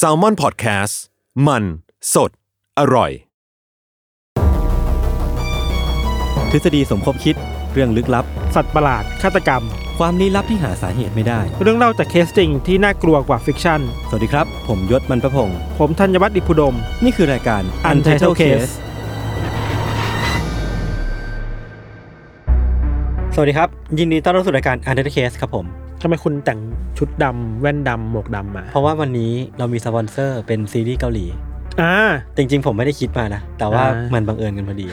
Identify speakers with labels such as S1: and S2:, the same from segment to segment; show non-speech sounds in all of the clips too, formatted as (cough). S1: s a l m o n PODCAST มันสดอร่อย
S2: ทฤษฎีสมคบคิดเรื่องลึกลับ
S3: สัตว์ประหลาด ฆาตกรรม
S2: ความลี้ลับที่หาสาเหตุไม่ได้
S3: เรื่องเล่าจากเคสจริงที่น่ากลัวกว่าฟิกชั่น
S2: สวัสดีครับ ผมยศมันประพงศ์
S3: ผมธัญวัฒน์อิพุดม
S2: นี่คือรายการ
S3: Untitled Case
S2: สวัสดีครับ ยินดีต้อนรับสู่รายการ Untitled Case ครับผม
S3: ทำไมคุณแต่งชุดดำแว่นดำหมวกดำมา
S2: เพราะว่าวันนี้เรามีสปอนเซอร์เป็นซีรีส์เกาหลี
S3: อ่า
S2: จริงๆ ผมไม่ได้คิดมานะ แต่ว่า
S3: อ่ามั
S2: มันบังเอิญกันพอดี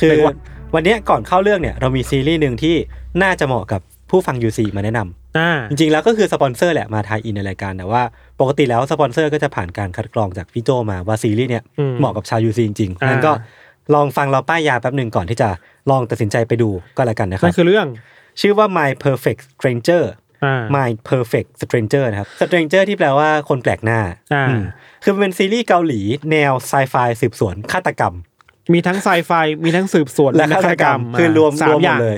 S2: คือ
S3: เป็นว่า
S2: วันเนี้ยก่อนเข้าเรื่องเนี่ย เรามีซีรีส์หนึ่งที่น่าจะเหมาะกับผู้ฟัง UC มาแนะนำ
S3: อ่า
S2: จริงๆ แล้วก็คือสปอนเซอร์แหละมาทายอินในรายการ แต่ว่าปกติแล้วสปอนเซอร์ก็จะผ่านการคัดกรองจากพี่โจมาว่าซีรีส์เนี่ย
S3: อืม
S2: เหมาะกับชาวยูซีจริงๆ
S3: อ่า
S2: งั้นก็ลองฟังเราป้ายยาแป๊บหนึ่งก่อนที่จะลองตัดสินใจไปดูก็แล้วกันนะครั
S3: นั่
S2: บ
S3: นคือเรื่อง
S2: ชื่อว่า My Perfect Stranger
S3: อ่า
S2: My Perfect Stranger นะครับ Stranger ที่แปลว่าคนแปลกหน้า
S3: อ่า
S2: อืมคือมันเป็นซีรีส์เกาหลีแนวไซไฟสืบสวนฆาตกรรม
S3: มีทั้งไซไฟ มีทั้งสืบสวน
S2: และฆาตกรรมคือรวม
S3: สาร ม
S2: วม
S3: อ
S2: หม
S3: ย่าง
S2: ดเลย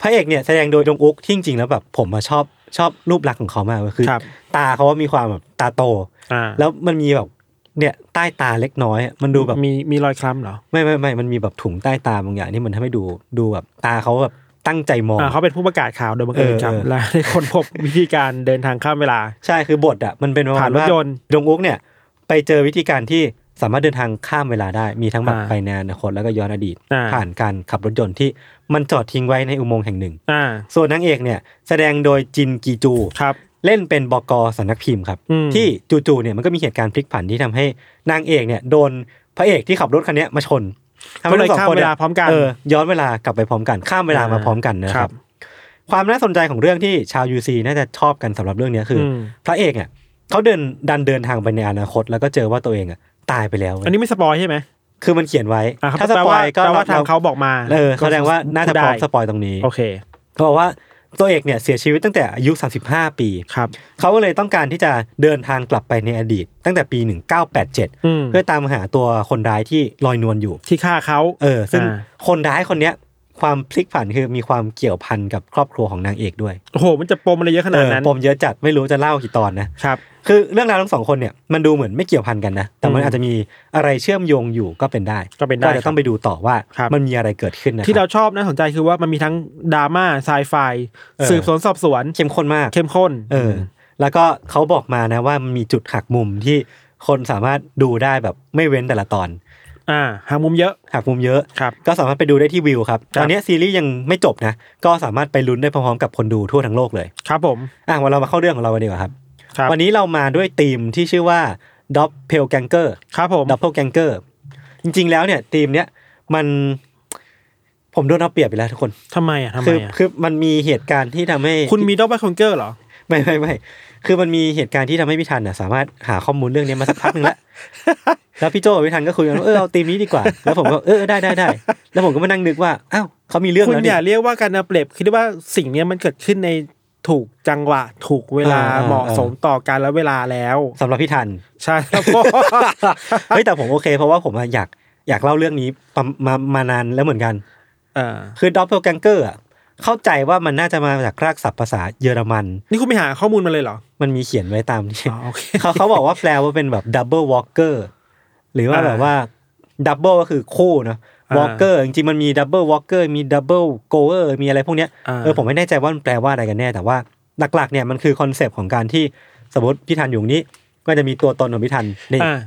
S2: พระเอกเนี่ยแสดงโดยจงอุกที่จริงๆแล้วแบบผมมาชอบชอบรูปลักษณ์ของเขามากเลยคือ
S3: ครับ
S2: ตาเขาว่ามีความแบบตาโต
S3: อ่า
S2: แล้วมันมีแบบเนี่ยใต้ตาเล็กน้อยอะมันดูแบบ
S3: มีมีรอยคล้ำเหรอ
S2: ไม่ไม่ไม่มันมีแบบถุงใต้ตาบางอย่างที่มันทำให้ดูดูแบบตาเขาแบบตั้งใจมอง
S3: อ่าเขาเป็นผู้ประกาศข่าวโดยบังเอิญ
S2: เออ
S3: ครับ
S2: เออ
S3: และได้ค้นพบวิธีการเดินทางข้ามเวลา
S2: ใช่คือบทอ่ะมันเป็นประมา
S3: ผ่า
S2: ณ
S3: นรถ
S2: ว่าย
S3: นต์
S2: ดงอุกเนี่ยไปเจอวิธีการที่สามารถเดินทางข้ามเวลาได้ มีทั้งแบบ
S3: อ่า
S2: ไปในอนาคตแล้วก็ย้อนอดีต
S3: อ่า
S2: ผ่านการขับรถยนต์ที่มันจอดทิ้งไว้ในอุโมงค์แห่งหนึ่ง
S3: อ่า
S2: ส่วนนางเอกเนี่ยแสดงโดยจินกีจู
S3: ครับ
S2: เล่นเป็นบกสันนักพิมพ์ครับ
S3: อืม
S2: ที่จู่ๆเนี่ยมันก็มีเหตุการณ์พลิกผันที่ทำให้นางเอกเนี่ยโดนพระเอกที่ขับรถคันเนี้ยมาชนทำ
S3: ก็
S2: ให้
S3: เลย
S2: ทั้งสอ
S3: ข้าม
S2: งคน
S3: เว
S2: นี่
S3: ลาพร้อมกัน
S2: เออย้อนเวลากลับไปพร้อมกันข้ามเวลามา
S3: อ่า
S2: พร้อมกันนะค
S3: ครั
S2: รับ
S3: บ
S2: ความน่าสนใจของเรื่องที่ชาวยูซีน่าจะชอบกันสำหรับเรื่องเนี้ยคืออ
S3: ม
S2: พระเอกเนี่ยเขาเดินดันเดินทางไปในอนาคต แล้วก็เจอว่าตัวเองอ่ะตายไปแล้วเว้ย
S3: อันนี้ไม่สปอยใช่ไหม
S2: คือมันเขียนไว้
S3: อ่าครับ
S2: ถ้าส
S3: แปล
S2: ปอ
S3: ว่าย
S2: ก็
S3: แปลว่าทางเขาบอกมา
S2: เออแสดงว่าน่าจะพร้อม
S3: ได้
S2: สปอยตรงนี้
S3: โอเค
S2: เขาบอกว่าตัวเอกเนี่ยเสียชีวิตตั้งแต่อายุ 35 ปี
S3: ครับ
S2: เขาก็เลยต้องการที่จะเดินทางกลับไปในอดีต ตั้งแต่ปี 1987
S3: อืม
S2: เพื่อตามหาตัวคนร้ายที่ลอยนวลอยู่
S3: ที่ฆ่าเขา
S2: เออ ซึ่ง
S3: อ่า
S2: คนร้ายคนเนี้ย ความพลิกผันคือมีความเกี่ยวพันกับครอบครัวของนางเอกด้วย
S3: โอ้โห มันจะปมอะไรเยอะขนาดนั้น
S2: เออปมเยอะจัดไม่รู้จะเล่ากี่ตอนนะ
S3: ครับ
S2: คือเรื่องราวทั้งสองคนเนี่ยมันดูเหมือนไม่เกี่ยวพันกันนะ แต่มัน
S3: อืม
S2: อาจจะมีอะไรเชื่อมโยงอยู่ก็เป็นได้
S3: ก็เป็นได้
S2: จะต้องไปดูต่อว่า
S3: ครับ
S2: มันมีอะไรเกิดขึ้นนะคบ
S3: ที่เราชอบน่าสนใจคือว่ามันมีทั้งดราม่าไซไฟ
S2: เออ
S3: สืบสวนสอบสวน
S2: เข้มข้นมาก
S3: เข้มข้น
S2: เอออแล้วก็เขาบอกมานะว่ามันมีจุดหักมุมที่คนสามารถดูได้แบบไม่เว้นแต่ละตอน
S3: อ่าหางมุมเยอะ
S2: หักมุมเยอะ
S3: ครับ
S2: ก็สามารถไปดูได้ที่วิวครับ
S3: ครับ
S2: ตอนนี้ซีรีส์ยังไม่จบนะ ก็สามารถไปลุ้นได้พร้อมๆกับคนดูทั่วทั้งโลกเลย
S3: ครับผม
S2: อ่ะวันเรามาเข้าเรื่องของเรากันดีกว่าครับ
S3: ครับ
S2: วันนี้เรามาด้วยธีมที่ชื่อว่าด็อปเพลแกงเกอร์
S3: ครับผม
S2: ด็อปเพลแกงเกอร์จริงๆแล้วเนี่ยธีมเนี้ยมันผมโดนเอาเปรียบไปแล้วทุกคน
S3: ทำไมอ่ะทำไม
S2: คือ
S3: อ่ะ
S2: คือมันมีเหตุการณ์ที่ทำให้
S3: คุณมีดอบเบิลคอนเกอร์เหรอ
S2: ไม่ไม่ไม่คือมันมีเหตุการณ์ที่ทำให้พี่ทันน่ะสามารถหาข้อมูลเรื่องนี้มาสักพักหนึ่งแล้ว แล้วพี่โจกับพี่ทันก็คุยกันว่าเออเอาธีมนี้ดีกว่า แล้วผมก็เออได้ได้ได้แล้วผมก็มานั่งนึกว่าอ้าวเขามีเรื่อง
S3: คุณ
S2: แล้ว
S3: อ
S2: นี่
S3: ย่าเรียกว่าการเอาเปรียบคิดว่าสิ่งเนี้ยมันเกิดขึ้นในถูกจังหวะ ถูกเวลา
S2: เออเออ
S3: เหมาะสมต่อการและเวลาแล้ว
S2: สำหรับพี่ทัน
S3: ใช่ครับ
S2: เฮ้ยแต่ผมโอเค เพราะว่าผมอะอยากอยากเล่าเรื่องนี้ประมามานานแล้วเหมือนกัน
S3: (laughs) เออ
S2: คือด o ปเ e ลแกงเกอร์เข้าใจว่ามันน่าจะมาจากรากศัพท์ภาษาเยอรมัน
S3: นี่คุณไปหาข้อมูลมาเลยเหรอ
S2: มันมีเขียนไว้ตาม (laughs) ที่
S3: อ๋อโอเค
S2: เขาเขาบอกว่าแปลว่าเป็นแบบดับเบิลวอล์กเกอร์หรือว่า
S3: อ่า
S2: แบบว่าดับเบิลก็คือคู่เนอะ
S3: อ่าว
S2: อล์กเกอร์จริงๆมันมีดับเบิลวอล์กเกอร์มีดับเบิลโกเออร์มีอะไรพวกเนี้ย
S3: อ่า
S2: เออผมไม่แน่ใจว่ามันแปลว่าอะไรกันแน่ แต่ว่าหลักๆเนี่ยมันคือคอนเซปต์ของการที่สมมติพี่ทันอยู่นี้ ก็จะมีตัวตนของพี่ทันใน
S3: อ่า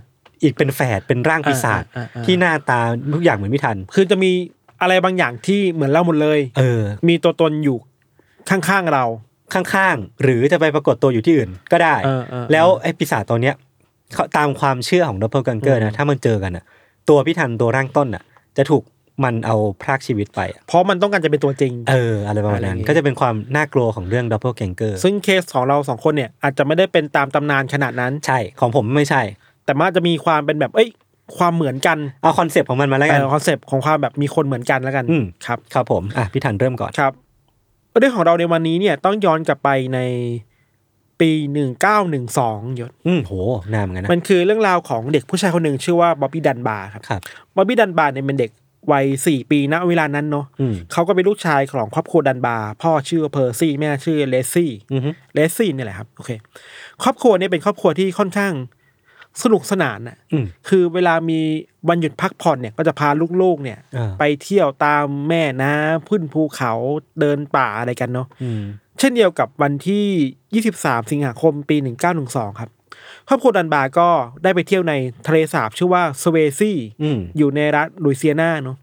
S2: อีกเป็นแฝดเป็นร่างปีศาจ
S3: อ่าอ่าอ่า
S2: ที่หน้าตาทุกอย่างเหมือนไม่ทัน
S3: คือจะมีอะไรบางอย่างที่เหมือนเราหมดเลย
S2: เออ
S3: มีตัวตนอยู่ข้างๆเรา
S2: ข้างๆ หรือจะไปปรากฏตัวอยู่ที่อื่นก็ได้
S3: เออเออ
S2: แล้วไอ้ปีศาจตัวเนี้ยเขาตามความเชื่อของดับเบิลกังเกอร์นะ ถ้ามันเจอกันอ่ะ ตัวพี่ทันตัวร่างต้นอ่ะ จะถูก มันเอาพรากชีวิตไปอะ
S3: เพราะมันต้องการจะเป็นตัวจริง
S2: เออ อะไรประมาณนั้น
S3: อะไรอย่างงี้
S2: ก็จะเป็นความน่ากลัวของเรื่องดับเบิลแกงเกอร์
S3: ซึ่งเคสของเราสองคนเนี่ยอาจจะไม่ได้เป็นตามตำนานขนาดนั้น
S2: ใช่ของผมไม่ใช่
S3: แต่มันอาจจะมีความเป็นแบบเอ้ยความเหมือนกัน
S2: เอาคอนเซปต์ของมันมาแล้วกัน
S3: คอนเซปต์ของความแบบมีคนเหมือนกันแล้วกัน
S2: อืม
S3: ครับ
S2: ครับผมอ่ะพี่ทันเริ่มก่อน
S3: ครับ เรื่องของเราในวันนี้เนี่ยต้องย้อนกลับไปในปีหนึ่งเก้าหนึ่งสองยศ
S2: อืมโหนานเหมือนกันนะ
S3: มันคือเรื่องราวของเด็กผู้ชายคนหนึ่งชื่อว่าบ๊อบบี้ดันบาร์ครับ
S2: ครับ
S3: บ๊อบบี้ดันบาร์เนี่ยเป็นเด็กวัยสี่ปีณเวลานั้นเนาะ
S2: อืม
S3: เขาก็เป็นลูกชายของครอบครัวดันบาร์พ่อชื่อเพอร์ซี่แม่ชื่อเลซี่
S2: อือฮึ
S3: เลสซี่นี่แหละครับโอเค ครอบครัวเนี่ยเป็นครอบครัวที่ค่อนข้างสนุกสนานน่ะ
S2: อืม
S3: คือเวลามีวันหยุดพักผ่อนเนี่ยก็จะพาลูกๆเนี่ย
S2: อ่า
S3: ไปเที่ยวตามแม่น้ำพื้นภูเขาเดินป่าอะไรกันเนาะ
S2: อืม
S3: เช่นเดียวกับวันที่ 23 สิงหาคมปี 1912 ครับ ครอบครัวดันบาร์ก็ได้ไปเที่ยวในทะเลสาบชื่อว่าสเวซี่
S2: อืม
S3: อยู่ในรัฐลุยเซียนาเนาะ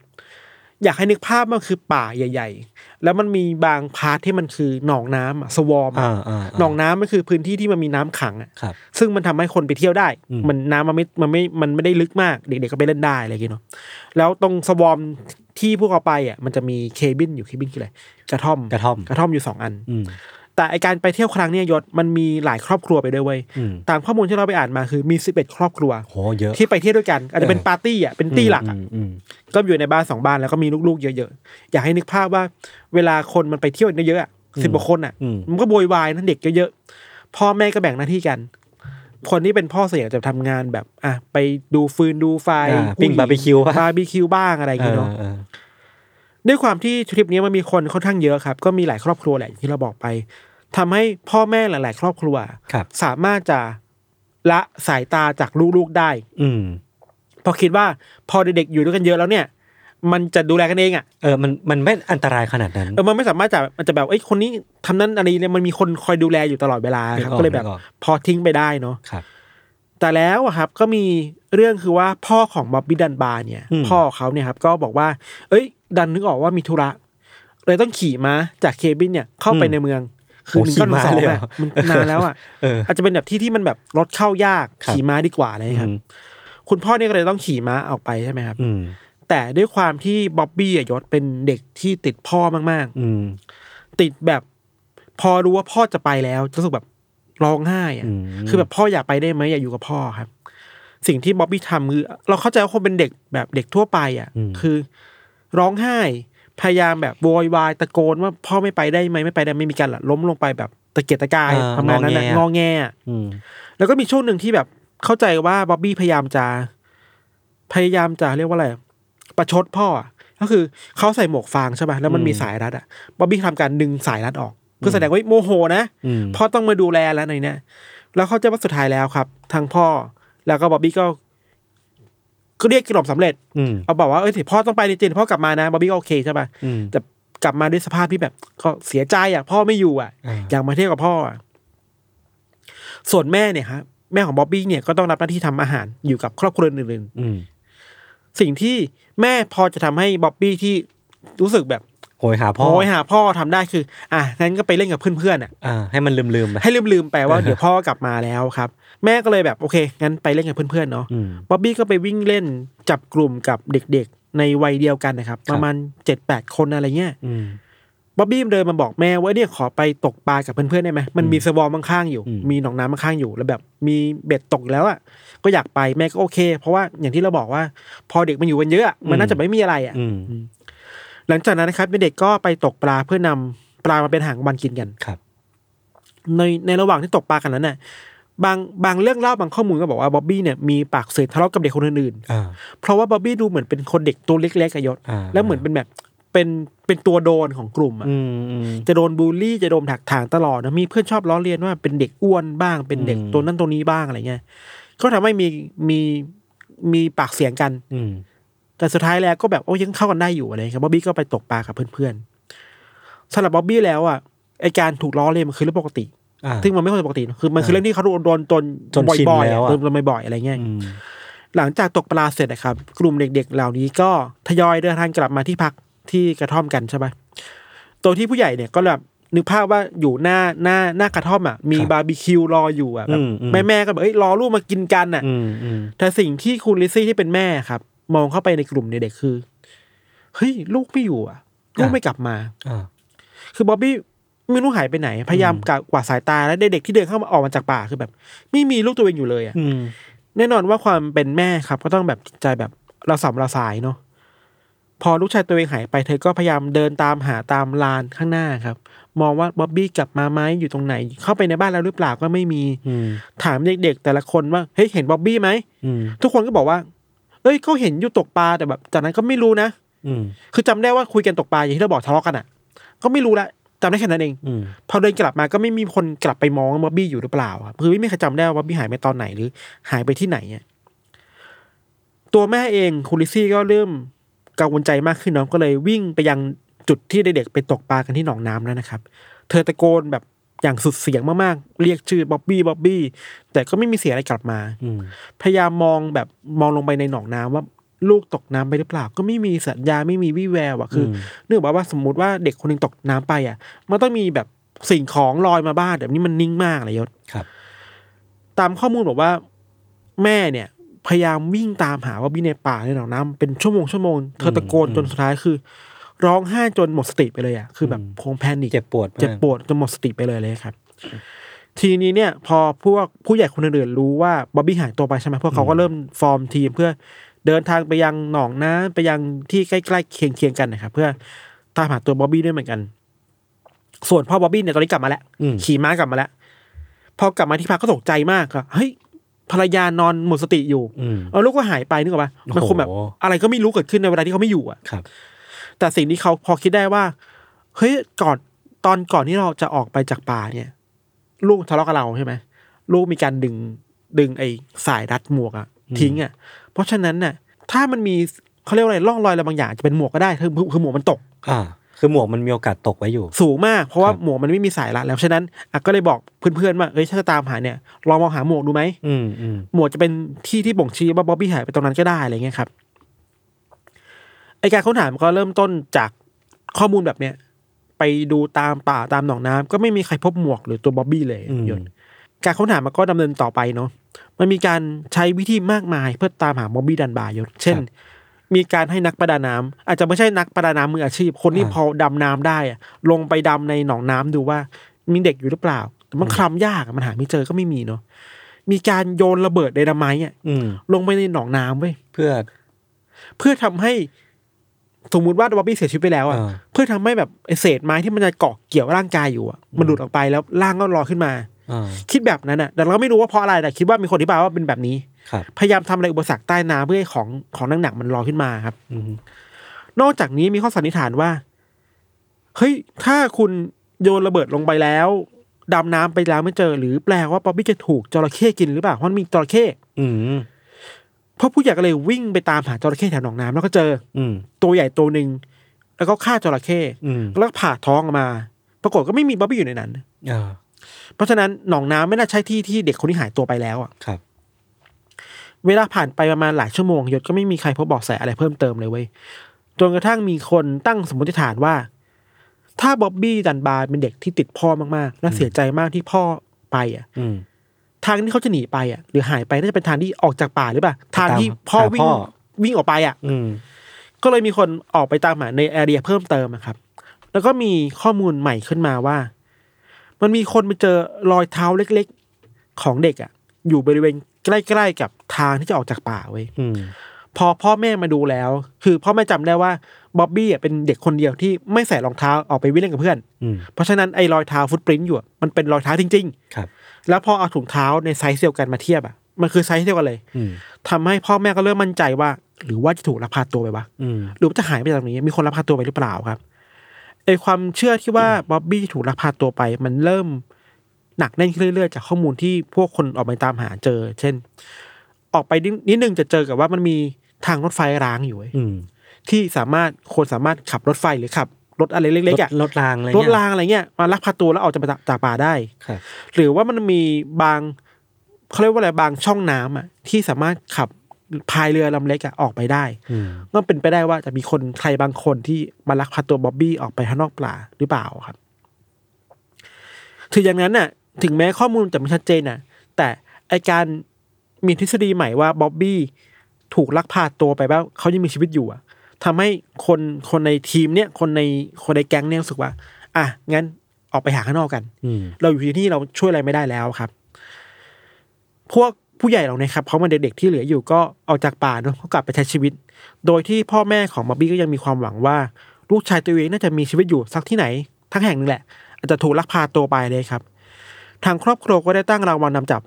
S3: อยากให้นึกภาพมันคือป่าใหญ่ ๆ แล้วมันมีบางพาร์ทที่มันคือหนองน้ำสวอม
S2: อ่าอ่าา
S3: หนองน้ำมันคือพื้นที่ที่มันมีน้ำขังอะ
S2: ครับ
S3: ซึ่งมันทำให้คนไปเที่ยวได้
S2: อืม
S3: มันน้ำมันไม่ มันไม่ มันไม่ได้ลึกมาก เด็กๆก็ไปเล่นได้อะไรอย่างเงี้ยเนาะ แล้วตรงสวอมที่พวกเราไปอ่ะ มันจะมีเคบินอยู่เคบินคืออะไร กระท่อม
S2: กระท่อม
S3: กระท่อมอยู่สองอัน
S2: อืม
S3: แต่ไอการไปเที่ยวครั้งเนี้ยยศ มันมีหลายครอบครัวไปด้วยเว้ย
S2: อืม
S3: ตามข้อมูลที่เราไปอ่านมาคือมีสิบเอ็ดครอบครัว
S2: โหเยอะ
S3: ที่ไปเที่ยวด้วยกัน อาจจะเป็นปาร์ตี้อ่ะ เป็นตี้หลักอ่ะ
S2: มอืม
S3: ก็อยู่ในบ้านสองบ้านแล้วก็มีลูกๆเยอะๆ อยากให้นึกภาพว่า เวลาคนมันไปเที่ยวเยอะๆอะสิบกว่าคนอ่ะ
S2: อืม
S3: มันก็โวยวายนั่นเด็กเยอะๆ พ่อแม่ก็แบ่งหน้าที่กัน คนที่เป็นพ่อเสียจะทำงานแบบอ่ะไปดูฟืนดูไฟ
S2: อ่าปิ้งบาร์บีคิว (laughs) ป่ะ
S3: บาร์บีคิวบ้างอะไรอย่างเงี้ยเนาะ
S2: เออ
S3: ด้วยความที่ทริปนี้มันมีคนค่อนข้างเยอะครับ ก็มีหลายครอบครัวแหละอย่างที่เราบอกไปทำให้พ่อแม่หลาย ๆ ครอบครัว
S2: ครับ
S3: สามารถจะละสายตาจากลูกๆได้
S2: อืม
S3: เพราะคิดว่าพอเด็กๆอยู่ด้วยกันเยอะแล้วเนี่ย มันจะดูแลกันเองอ่ะ
S2: เออ มัน มันไม่อันตรายขนาดนั้น
S3: เออมันไม่สามารถจะมันจะแบบไอ้ยคนนี้ทำนั้นอะไรเนี่ยมันมีคนคอยดูแลอยู่ตลอดเวลาครับ
S2: นึกออก
S3: ก็เลยแบบ
S2: นึกออก
S3: พอทิ้งไปได้เนาะ
S2: ครับ
S3: แต่แล้วอะครับก็มีเรื่องคือว่าพ่อของบ๊อบบี้ดันบาร์เนี่ย
S2: อืม
S3: พ่อเขาเนี่ยครับก็บอกว่า เอ้ย ดันนึกออกว่ามีธุระเลยต้องขี่ม้าจากเคบินเนี่ยเข้าไปในเมือง คือหนึ่งก้อนสอง
S2: เลย
S3: อะมันนานแล้ว
S2: (laughs)
S3: อ่ะ
S2: เออ
S3: อาจจะเป็นแบบที่ที่มันแบบรถเข้ายาก
S2: ครับ
S3: ขี่ม้าดีกว่าอะไรอย่างเลยครับ คุณพ่อเนี่ยก็เลยต้องขี่ม้าออกไปใช่ไหมครับ
S2: อืม
S3: แต่ด้วยความที่บ๊อบบี้อะยศเป็นเด็กที่ติดพ่อมากๆ
S2: อืม
S3: ติดแบบพอรู้ว่าพ่อจะไปแล้วจะรู้สึกแบบร้องไห้อะ
S2: อืม
S3: คือแบบพ่ออยากไปได้ไหมอยากอยู่กับพ่อครับ สิ่งที่บ๊อบบี้ทำคือเราเข้าใจว่าคนเป็นเด็กแบบเด็กทั่วไปอ่ะ คือ ร้องไห้ พยายามแบบโวยวายตะโกนว่าพ่อไม่ไปได้ไหมไม่ไปได้ไหมไม่มีการหละล้มลงไปแบบตะเกียกตะกาย
S2: เออ
S3: ประมาณนั้นนะ
S2: ง
S3: ง
S2: อ
S3: อ
S2: แง
S3: แง
S2: อืม
S3: แล้วก็มีช่วงหนึ่งที่แบบเข้าใจว่าบ๊อบบี้พยายามจะ พยายามจะเรียกว่าอะไรประชดพ่ออะก็คือเขาใส่หมวกฟางใช่ป่ะแล้วมันมี
S2: อืม
S3: สายรัดอ่ะบ๊อบบี้ทำการดึงสายรัดออก เพื่อแสดงว่าโมโหนะ
S2: อืม
S3: พ่อต้องมาดูแลแล้วในเนี้ยแล้วเข้าใจว่าสุดท้ายแล้วครับ ทางพ่อแล้วก็บ๊อบบี้ก็ก็เรียกกล่อมสำเร็จ
S2: อืม
S3: เอาบอกว่าเอ้ยเดี๋ยวพ่อต้องไปจริงๆพ่อกลับมานะบ๊อบบี้ก็โอเคใช่ป่ะ
S2: อืม
S3: แต่กลับมาด้วยสภาพที่แบบก็เสียใจอ่ะ พ่อไม่อยู่อ่ะ
S2: อ่า
S3: อยากมาเที่ยวกับพ่ออะส่วนแม่เนี่ยครับแม่ของบ๊อบบี้เนี่ยก็ต้องรับหน้าที่ทำอาหารอยู่กับครอบครัวอื่น
S2: อืม
S3: ๆสิ่งที่แม่พอจะทำให้บ๊อบบี้ที่รู้สึกแบบ
S2: โหยหาพ่อ
S3: โอ้ยหาพ่อทำได้คือ อ่ะงั้นก็ไปเล่นกับเพื่อนๆอ่ะ
S2: อ่า ให้มันลืมลืมๆไป
S3: ให้ลืมๆไปว่าเดี๋ยวพ่อกลับมาแล้วครับ แม่ก็เลยแบบโอเคงั้นไปเล่นกับเพื่อนๆเนาะ
S2: อืม
S3: บ๊อบบี้ก็ไปวิ่งเล่นจับกลุ่มกับเด็กๆ ในวัยเดียวกันนะครับ
S2: ครับ
S3: ประมาณเจ็ดแปดคนอะไรเงี้ย
S2: อืม
S3: บ๊อบบี้เดินมาบอกแม่ว่าเนี่ยขอไปตกปลากับเพื่อนๆได้ไหมมันมีสวอมข้างๆอยู่
S2: อืม
S3: มีหนองน้ำข้างๆอยู่แล้วแบบมีเบ็ดตกแล้วอ่ะก็อยากไปแม่ก็โอเค เพราะว่าอย่างที่เราบอกว่า พอเด็กมันอยู่กันเยอะอะมันน่าจะไม่มีอะไรอ่ะ
S2: อืม
S3: หลังจากนั้นนะครับเด็กๆก็ไปตกปลาเพื่อนำปลามาเป็นหางวันกินกัน
S2: ครับ
S3: ในในระหว่างที่ตกปลากันนั้นน่ะบางบางเรื่องเล่าบางข้อมูลก็บอกว่าบ๊อบบี้เนี่ยมีปากเสียงทะเลาะกับเด็กคนอื่น
S2: อ่า
S3: ๆเพราะว่าบ๊อบบี้ดูเหมือนเป็นคนเด็กตัวเล็กๆอะยศ
S2: อ่า
S3: แล้วเหมือนเป็นแบบเป็นเป็นตัวโดนของกลุ่มอะ
S2: อืมอืม
S3: จะโดนบูลลี่จะโดนถักถางตลอดนะมีเพื่อนชอบล้อเลียนว่าเป็นเด็กอ้วนบ้างเป็นเด็ก
S2: อืม
S3: ตัวนั้นตัวนี้บ้างอะไรเงี้ยก็ทำให้มีมีมีปากเสียงกัน
S2: อืม
S3: แต่สุดท้ายแล้วก็แบบโอ้ยังเข้ากันได้อยู่อะไรเงี้ยบ๊อบบี้ก็ไปตกปลากับเพื่อนๆสำหรับบ๊อบบี้แล้วอ่ะไอการถูกล้อเลียนมันคือเรื่องปกติ
S2: อ่า
S3: ซึ่งมันไม่ควรจะปกตินะคือมันคือเรื่องที่เขาโดนจน
S2: จนชิน
S3: บ่อยๆ
S2: แล้ว
S3: อะ
S2: อะ
S3: โดนบ่อยๆอะไรเงี้ย
S2: อืม
S3: หลังจากตกปลาเสร็จนะครับ กลุ่มเด็กๆ เหล่านี้ก็ทยอยเดินทางกลับมาที่พักที่กระท่อมกันใช่ไหมตัวที่ผู้ใหญ่เนี่ยก็แบบนึกภาพว่าอยู่หน้าหน้าหน้ากระท่อมอ่ะมี
S2: ครับ
S3: บาร์บีคิวรออยู่อ่ะแบบ
S2: อืมอืม
S3: แม่ๆก็แบบเอ้ยรอลูกมากินกันอ่ะ
S2: อืมอืม
S3: แต่สิ่งที่คุณลิซซี่ที่เป็นแม่ครับ มองเข้าไปในกลุ่มเด็กๆคือ เฮ้ยลูกไม่อยู่อ่ะ ลูกไม่กลับมา
S2: อ่า
S3: คือบ๊อบบี้ไม่รู้หายไปไหน พยายามกะกวาดสายตาและเด็กๆที่เดินเข้ามาออกมาจากป่าคือแบบ ไม่มีลูกตัวเองอยู่เลยอ่ะ
S2: อืม
S3: แน่นอนว่าความเป็นแม่ครับ ก็ต้องแบบจิตใจแบบเราสับเราสายเนาะพอลูกชายตัวเองหายไปเธอก็พยายามเดินตามหาตามลานข้างหน้าครับ มองว่าบ๊อบบี้กลับมาไหมอยู่ตรงไหน เข้าไปในบ้านแล้วหรือเปล่าก็ไม่มี
S2: อืม
S3: ถามเด็กๆ แต่ละคนว่าเฮ้ยเห็นบ๊อบบี้ไหม
S2: อืม
S3: ทุกคนก็บอกว่า เอ้ยเขาเห็นอยู่ตกปลาแต่แบบจากนั้นก็ไม่รู้นะ
S2: อืม
S3: คือจำได้ว่าคุยกันตกปลาอย่างที่เราบอกทะเลาะกันอ่ะ ก็ไม่รู้ละจำได้แค่นั้นเอง
S2: อืม
S3: พอเดินกลับมาก็ไม่มีคนกลับไปมองว่าบ๊อบบี้อยู่หรือเปล่าครับคือไม่มีใครจำได้ว่าบ๊อบบี้หายไปตอนไหนหรือ หายไปที่ไหนอะตัวแม่เองคุณลิซี่ก็เริ่มกังวลใจมากขึ้นเน้องก็เลยวิ่งไปยังจุดที่เด็กๆไปตกปลากันที่หนองน้ำแล้วนะครับ เธอตะโกนแบบอย่างสุดเสียงมากๆ เรียกชื่อบ๊อบบี้บ๊อบบี้แต่ก็ไม่มีเสียงอะไรกลับมา
S2: อืม
S3: พยายามมองแบบมองลงไปในหนองน้ำว่าลูกตกน้ำไปหรือเปล่า ก็ไม่มีสัญญาณไม่มีวี่แววอะคือ
S2: อืม
S3: เนื่องจากว่าสมมติว่าเด็กคนหนึงตกน้ำไปอะมันต้องมีแบบสิ่งของลอยมาบ้างแบบนี้มันนิ่งมากเลยยศ
S2: ครับ
S3: ตามข้อมูลบอกว่าแม่เนี่ย พยายามวิ่งตามหาว่าบี้ในป่าในหนองน้ำเป็นชั่วโมงชั่วโมงเธอตะโกนจนสุดท้ายคือ ร้องไห้จนหมดสติไปเลยอะคือแบบคงแพนิค
S2: เจ็บปวดมาก
S3: เจ็บปวดจนหมดสติไปเลยเลยครับ ทีนี้เนี่ย พอพวกผู้ใหญ่คนอื่นๆรู้ว่าบ๊อบบี้หายตัวไปใช่ไหมพวกเขาก็เริ่มฟอร์มทีมเพื่อเดินทางไปยังหนองน้ำไปยังที่ใกล้ๆเคียงๆกันนะครับเพื่อตามหาตัวบ๊อบบี้ด้วยเหมือนกัน ส่วนพ่อบ๊อบบี้เนี่ยตอนนี้กลับมาแล้ว
S2: อืม
S3: ขี่ม้ากลับมาแล้วพอกลับมาที่พักก็ตกใจมากอะเฮ้ยภรรยานอนหมดสติอยู่
S2: อืม
S3: เอาลูกก็หายไปนึกออกปะมันคงแบบ
S2: โอ้โห
S3: อะไรก็ไม่รู้เกิดขึ้นในเวลาที่เขาไม่อยู่อะ
S2: ครับ
S3: แต่สิ่งที่เขาพอคิดได้ว่า เฮ้ยก่อนตอนก่อนที่เราจะออกไปจากป่าเนี่ย ลูกทะเลาะกับเราใช่ไหมลูกมีการดึงดึงไอ้สายรัดหมวกอะทิ้งอะเพราะฉะนั้นน่ะ ถ้ามันมีเขาเรียกว่าอะไรร่องรอยอะไรบางอย่างจะเป็นหมวกก็ได้คือคือคือหมวกมันตก
S2: อ่า คือหมวกมันมีโอกาสตกไว้อยู่
S3: สูงมาก เพราะว่า
S2: ครับ
S3: หมวกมันไม่มีสายรัดแล้วฉะนั้นอ่ะก็เลยบอกเพื่อนๆว่าเอ้ยถ้าจะตามหาเนี่ยลองมองหาหมวกดูไหม
S2: อืม อืม
S3: หมวดจะเป็นที่ที่บ่งชี้ว่าบ๊อบบี้หายไปตรงนั้นก็ได้อะไรเงี้ยครับไอการค้นหามันก็เริ่มต้นจากข้อมูลแบบเนี้ยไปดูตามป่าตามหนองน้ำก็ไม่มีใครพบหมวกหรือตัวบ๊อบบี้เลย
S2: อืม
S3: ยนการค้นหามันก็ดำเนินต่อไปเนาะมันมีการใช้วิธีมากมายเพื่อตามหาบ๊อบบี้ดันบาร์ยศเช่น มีการให้นักประดาน้ำอาจจะไม่ใช่นักประดาน้ำมืออาชีพ คนที่พอดำน้ำได้อะลงไปดำในหนองน้ำดูว่ามีเด็กอยู่หรือเปล่าแต่มันคลำยากอะมันหาไม่เจอก็ไม่มีเนาะมีการโยนระเบิดไดนาไมต์อะ
S2: อืม
S3: ลงไปในหนองน้ำเว้ย
S2: เพื่อ
S3: เพื่อทำให้สมมุติว่าบ๊อบบี้เสียชีวิตไปแล้วอ่ะ
S2: อ่า
S3: เพื่อทำให้แบบไอ้เศษไม้ที่มันจะเกาะเกี่ยวร่างกายอยู่อ่ะมันหลุดออกไปแล้วร่างก็ลอยขึ้นมา
S2: อ่า
S3: คิดแบบนั้นอ่ะ แต่เราก็ไม่รู้ว่าเพราะอะไรแต่คิดว่ามีคนอธิบายว่าเป็นแบบนี้
S2: ครับ
S3: พยายามทำอะไรอุปสรรคใต้น้ำเพื่อให้ของของหนักๆมันลอยขึ้นมาครับ
S2: อืม
S3: นอกจากนี้มีข้อสันนิษฐานว่า เฮ้ย ถ้าคุณโยนระเบิดลงไปแล้วดำน้ำไปแล้วไม่เจอ หรือแปลว่าป๊อบบี้จะถูกจระเข้กินหรือเปล่าเพราะมันมีจระเข้
S2: อืม
S3: เพราะผู้ใหญ่ก็เลยวิ่งไปตามหาจระเข้แถวหนองน้ำแล้วก็เจอ
S2: อืม
S3: ตัวใหญ่ตัวหนึ่งแล้วก็ฆ่าจระเข้
S2: อืม
S3: แล้วก็ผ่าท้องออกมา ปรากฏก็ไม่มีบ๊อบบี้อยู่ในนั้น
S2: อ่า
S3: เพราะฉะนั้นหนองน้ำไม่น่าใช่ที่ที่เด็กคนที่หายตัวไปแล้วอะ
S2: ครับ
S3: เวลาผ่านไปประมาณหลายชั่วโมงยศก็ไม่มีใครพบเบาะแสอะไรเพิ่มเติมเลยเว้ยจนกระทั่งมีคนตั้งสมมติฐานว่า ถ้าบ๊อบบี้ดันบาร์เป็นเด็กที่ติดพ่อมากๆและเสียใจมากที่พ่อไปอ่ะ
S2: อืม
S3: ทางที่เขาจะหนีไปอ่ะ หรือหายไปน่าจะเป็นทางที่ออกจากป่าหรือเปล่าทางที่พ่อวิ่ง
S2: หาพ่อ
S3: วิ่งออกไปอ่ะ
S2: อืม
S3: ก็เลยมีคนออกไปตามหาในแอเรียเพิ่มเติมอะครับ แล้วก็มีข้อมูลใหม่ขึ้นมาว่า มันมีคนไปเจอรอยเท้าเล็กๆของเด็กอะอยู่บริเวณใกล้ๆกับทางที่จะออกจากป่าเว้ย
S2: อืม
S3: พอพ่อแม่มาดูแล้ว คือพ่อแม่จำได้ว่าบ๊อบบี้อะเป็นเด็กคนเดียวที่ไม่ใส่รองเท้าออกไปวิ่งเล่นกับเพื่อน
S2: อืม
S3: เพราะฉะนั้นไอ้รอยเท้าฟุตปรินต์อยู่อะมันเป็นรอยเท้าจริง
S2: ครับ
S3: ๆ แล้วพอเอาถุงเท้าในไซส์เดียวกันมาเทียบอะมันคือไซส์เดียวกันเลย
S2: อืม
S3: ทำให้พ่อแม่ก็เริ่มมั่นใจว่า หรือว่าจะถูกลักพาตัวไปวะ
S2: อืม
S3: หรือว่าจะหายไปจากตรงนี้มีคนลักพาตัวไปหรือเปล่าครับไอความเชื่อที่ว่าบ๊อบบี้ถูกลักพาตัวไป มันเริ่มหนักแน่นขึ้นเรื่อยๆ จากข้อมูลที่พวกคนออกไปตามหาเจอ เช่น ออกไปนิดนิดนึงจะเจอกับว่ามันมีทางรถไฟร้างอยู่เว้ย
S2: อืม
S3: ที่สามารถคนสามารถขับรถไฟหรือขับรถอะไรเล็กๆอะ
S2: รถรางอะไร
S3: ร
S2: เงี้
S3: ถ
S2: ย
S3: รางอะไรเงี้ยมาลักพาตัวแล้วออกจากป่าจากป่าได้
S2: ครับ
S3: หรือว่ามันมีบางเขาเรียกว่าอะไรบางช่องน้ำอะที่สามารถขับพายเรือลำเล็กอะออกไปได้
S2: อืม
S3: ก็เป็นไปได้ว่าจะมีคนใครบางคนที่มาลักพาตัวบ๊อบบี้ออกไปข้างนอกป่าหรือเปล่าครับ ถึงอย่างนั้นน่ะ ถึงแม้ข้อมูลจะไม่ชัดเจนน่ะ แต่ไอการมีทฤษฎีใหม่ว่าบ๊อบบี้ถูกลักพาตัวไปว่าเขายังมีชีวิตอยู่อะ ทำให้คนคนในทีมเนี่ยคนในคนในแก๊งเนี่ยรู้สึกว่า อ่ะงั้นออกไปหาข้างนอกกัน
S2: อืม
S3: เราอยู่ที่นี่เราช่วยอะไรไม่ได้แล้วครับ พวกผู้ใหญ่เหล่านี้ครับเขามาเด็กๆที่เหลืออยู่ก็ออกจากป่าเนอะเขากลับไปใช้ชีวิต โดยที่พ่อแม่ของบ๊อบบี้ก็ยังมีความหวังว่า ลูกชายตัวเองน่าจะมีชีวิตอยู่สักที่ไหนทั้งแห่งหนึงแหละ อาจจะถูกลักพาตัวไปเลยครับ ทางครอบครัวก็ได้ตั้งรางวัลนำจับ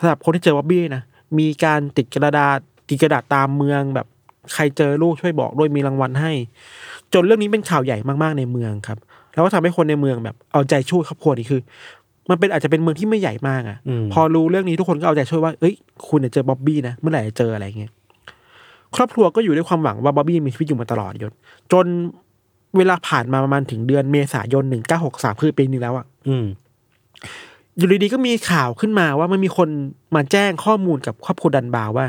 S3: สำหรับคนที่เจอบ๊อบบี้นะมีการติดกระดาษติดกระดาษตามเมืองแบบใครเจอลูกช่วยบอกด้วยมีรางวัลให้ จนเรื่องนี้เป็นข่าวใหญ่มากๆในเมืองครับ แล้วก็ทำให้คนในเมืองแบบเอาใจช่วยครอบครัวนี้คือ มันเป็นอาจจะเป็นเมืองที่ไม่ใหญ่มากอะ
S2: อืม
S3: พอรู้เรื่องนี้ทุกคนก็เอาใจช่วยว่า เอ้ย คุณเนี่ยเจอบ๊อบบี้นะ เมื่อไหร่จะเจออะไรเงี้ย ครอบครัวก็อยู่ด้วยความหวังว่าบ๊อบบี้มีชีวิตอยู่มาตลอดยศ จนเวลาผ่านมาประมาณถึงเดือนเมษายนหนึ่งเก้าหกสามคือปีนึงแล้วอะ
S2: อืม
S3: อยู่ดีๆก็มีข่าวขึ้นมาว่ามันมีคนมาแจ้งข้อมูลกับครอบครัวดันบาร์ว่า